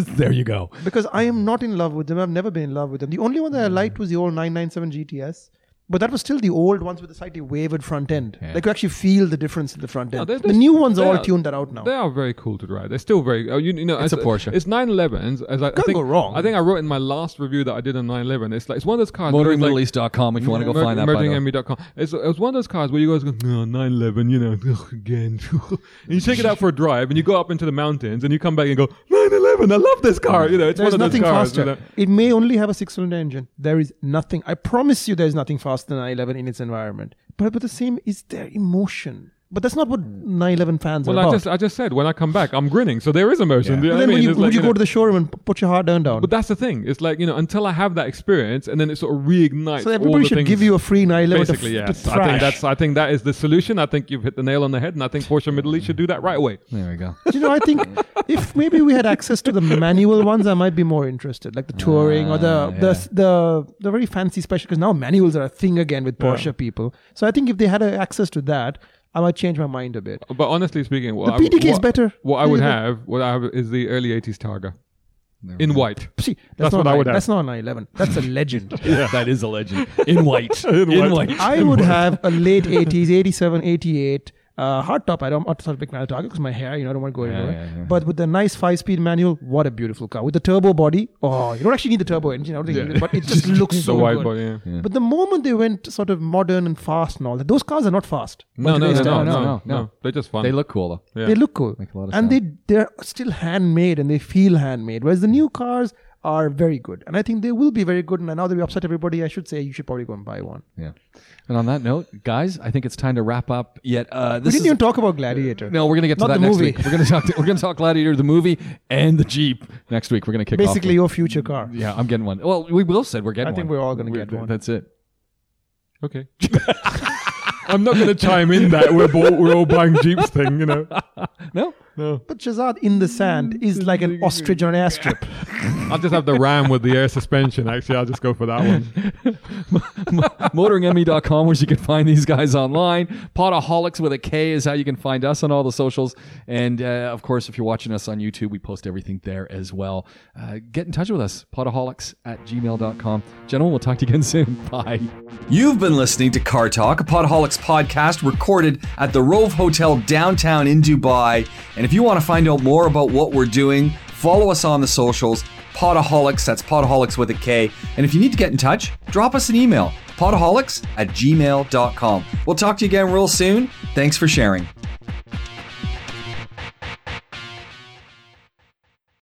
Speaker 2: there you go.
Speaker 4: Because I am not in love with them. I've never been in love with them. The only one that I liked was the old 997 GTS. But that was still the old ones with the slightly wavered front end. Like you actually feel the difference in the front end.
Speaker 3: they're-
Speaker 4: the new
Speaker 3: they're-
Speaker 4: ones
Speaker 3: they
Speaker 4: all
Speaker 3: are-
Speaker 4: tuned that out now.
Speaker 3: They are very cool to drive. They're still very. Uh, you, you know,
Speaker 2: It's
Speaker 3: as-
Speaker 2: a Porsche.
Speaker 3: It's 911s. As I, I
Speaker 4: Can't
Speaker 3: think,
Speaker 4: go wrong.
Speaker 3: I think I wrote in my last review that I did on 911. It's like it's one of those cars. that was like-
Speaker 2: MotoringMiddleEast.com if you want to go
Speaker 3: Mur-
Speaker 2: find that. by the way.
Speaker 3: murderingenemy.com. It's, it was one of those cars where you guys go, no, 911, you know, ugh, again. and you take it out for a drive and you go up into the mountains and you come back and go, 911, I love this car. You know, it's
Speaker 4: There's
Speaker 3: one of
Speaker 4: nothing
Speaker 3: those cars.
Speaker 4: faster.
Speaker 3: you know.
Speaker 4: It may only have a six-cylinder engine. There is nothing. I promise you, there is nothing faster than 911 in its environment. But but the same is their emotion. But that's not what 911 fans
Speaker 3: Well,
Speaker 4: are about.
Speaker 3: I just, I just said, when I come back, I'm grinning. So there is emotion. Do you
Speaker 4: but then
Speaker 3: know what I
Speaker 4: would
Speaker 3: mean?
Speaker 4: you,
Speaker 3: It's
Speaker 4: would
Speaker 3: like,
Speaker 4: you
Speaker 3: know,
Speaker 4: go to the showroom and p- put your heart down down?
Speaker 3: but that's the thing. It's like, you know, until I have that experience and then it sort of reignites.
Speaker 4: so
Speaker 3: all
Speaker 4: everybody
Speaker 3: the
Speaker 4: should
Speaker 3: things-
Speaker 4: give you a free 911
Speaker 3: Basically,
Speaker 4: to, f-
Speaker 3: yes.
Speaker 4: to
Speaker 3: I think
Speaker 4: thrash.
Speaker 3: that's. I think that is the solution. I think you've hit the nail on the head, and I think Porsche Middle East should do that right away.
Speaker 2: There we go.
Speaker 4: you know, I think if maybe we had access to the manual ones, I might be more interested, like the touring or the
Speaker 2: Ah,
Speaker 4: the,
Speaker 2: yeah.
Speaker 4: the the very fancy special. Because now manuals are a thing again with Porsche people. So I think if they had uh, access to that, I might change my mind a bit.
Speaker 3: But honestly speaking, what
Speaker 4: The
Speaker 3: I would-
Speaker 4: PDK is
Speaker 3: what-
Speaker 4: better.
Speaker 3: What I would
Speaker 4: Yeah.
Speaker 3: have, what I have is the early '80s Targa in white.
Speaker 4: See, that's,
Speaker 3: That's
Speaker 4: not
Speaker 3: what I
Speaker 4: nine-
Speaker 3: would have.
Speaker 4: That's not a 911. That's a legend.
Speaker 2: That is a legend. In white. In, white.
Speaker 4: I would have a late 80s, 87, 88. Uh, hard top. I don't want to start big manual target because my hair, you know, I don't want to go anywhere.
Speaker 2: yeah, yeah.
Speaker 4: But with the nice five speed manual, what a beautiful car. With the turbo body, oh, you don't actually need the turbo engine, I don't think you need it, but it just looks
Speaker 3: the
Speaker 4: so
Speaker 3: white
Speaker 4: good.
Speaker 3: body. Yeah.
Speaker 4: But the moment they went sort of modern and fast and all that, those cars are not fast.
Speaker 3: No, no, no,
Speaker 4: today's
Speaker 3: no, no,
Speaker 2: standards.
Speaker 3: no,
Speaker 2: No, no, no.
Speaker 3: They're just fun.
Speaker 2: They look cool though.
Speaker 3: Yeah.
Speaker 4: They look cool.
Speaker 2: Make a lot of
Speaker 4: and they they're still handmade and they feel handmade. Whereas the new cars are very good, and I think they will be very good. And now that we upset everybody, I should say you should probably go and buy one.
Speaker 2: Yeah. And on that note, guys, I think it's time to wrap up. Yet uh,
Speaker 4: We
Speaker 2: this
Speaker 4: didn't
Speaker 2: is
Speaker 4: even talk about Gladiator.
Speaker 2: no, we're gonna get to
Speaker 4: Not
Speaker 2: that
Speaker 4: the
Speaker 2: next
Speaker 4: movie.
Speaker 2: week. We're gonna talk. we're gonna talk Gladiator the movie and the Jeep next week. We're gonna kick
Speaker 4: basically
Speaker 2: off.
Speaker 4: your future car.
Speaker 2: with- yeah, I'm getting one. Well, we both said we're getting.
Speaker 4: I think
Speaker 2: one.
Speaker 4: we're all going to get
Speaker 2: th-
Speaker 4: one.
Speaker 2: That's it.
Speaker 3: Okay. I'm not going to chime in that we're all, we're all buying Jeeps thing, you know.
Speaker 2: No,
Speaker 3: No.
Speaker 4: But Shazad in the sand
Speaker 2: Mm-hmm.
Speaker 4: is like an ostrich on an airstrip.
Speaker 3: I'll just have the Ram with the air suspension, actually. I'll just go for that one.
Speaker 2: motoringme.com E where you can find these guys online. Podaholics with a K is how you can find us on all the socials. And uh, of course, if you're watching us on YouTube, we post everything there as well. Uh, get in touch with us, podaholics at gmail.com. Gentlemen, we'll talk to you again soon. Bye.
Speaker 1: You've been listening to Car Talk, a Podholics podcast recorded at the Rove Hotel downtown in Dubai. And if you want to find out more about what we're doing, follow us on the socials, Podaholics, that's Podaholics with a K. And if you need to get in touch, drop us an email, podaholics at gmail.com. We'll talk to you again real soon. Thanks for sharing.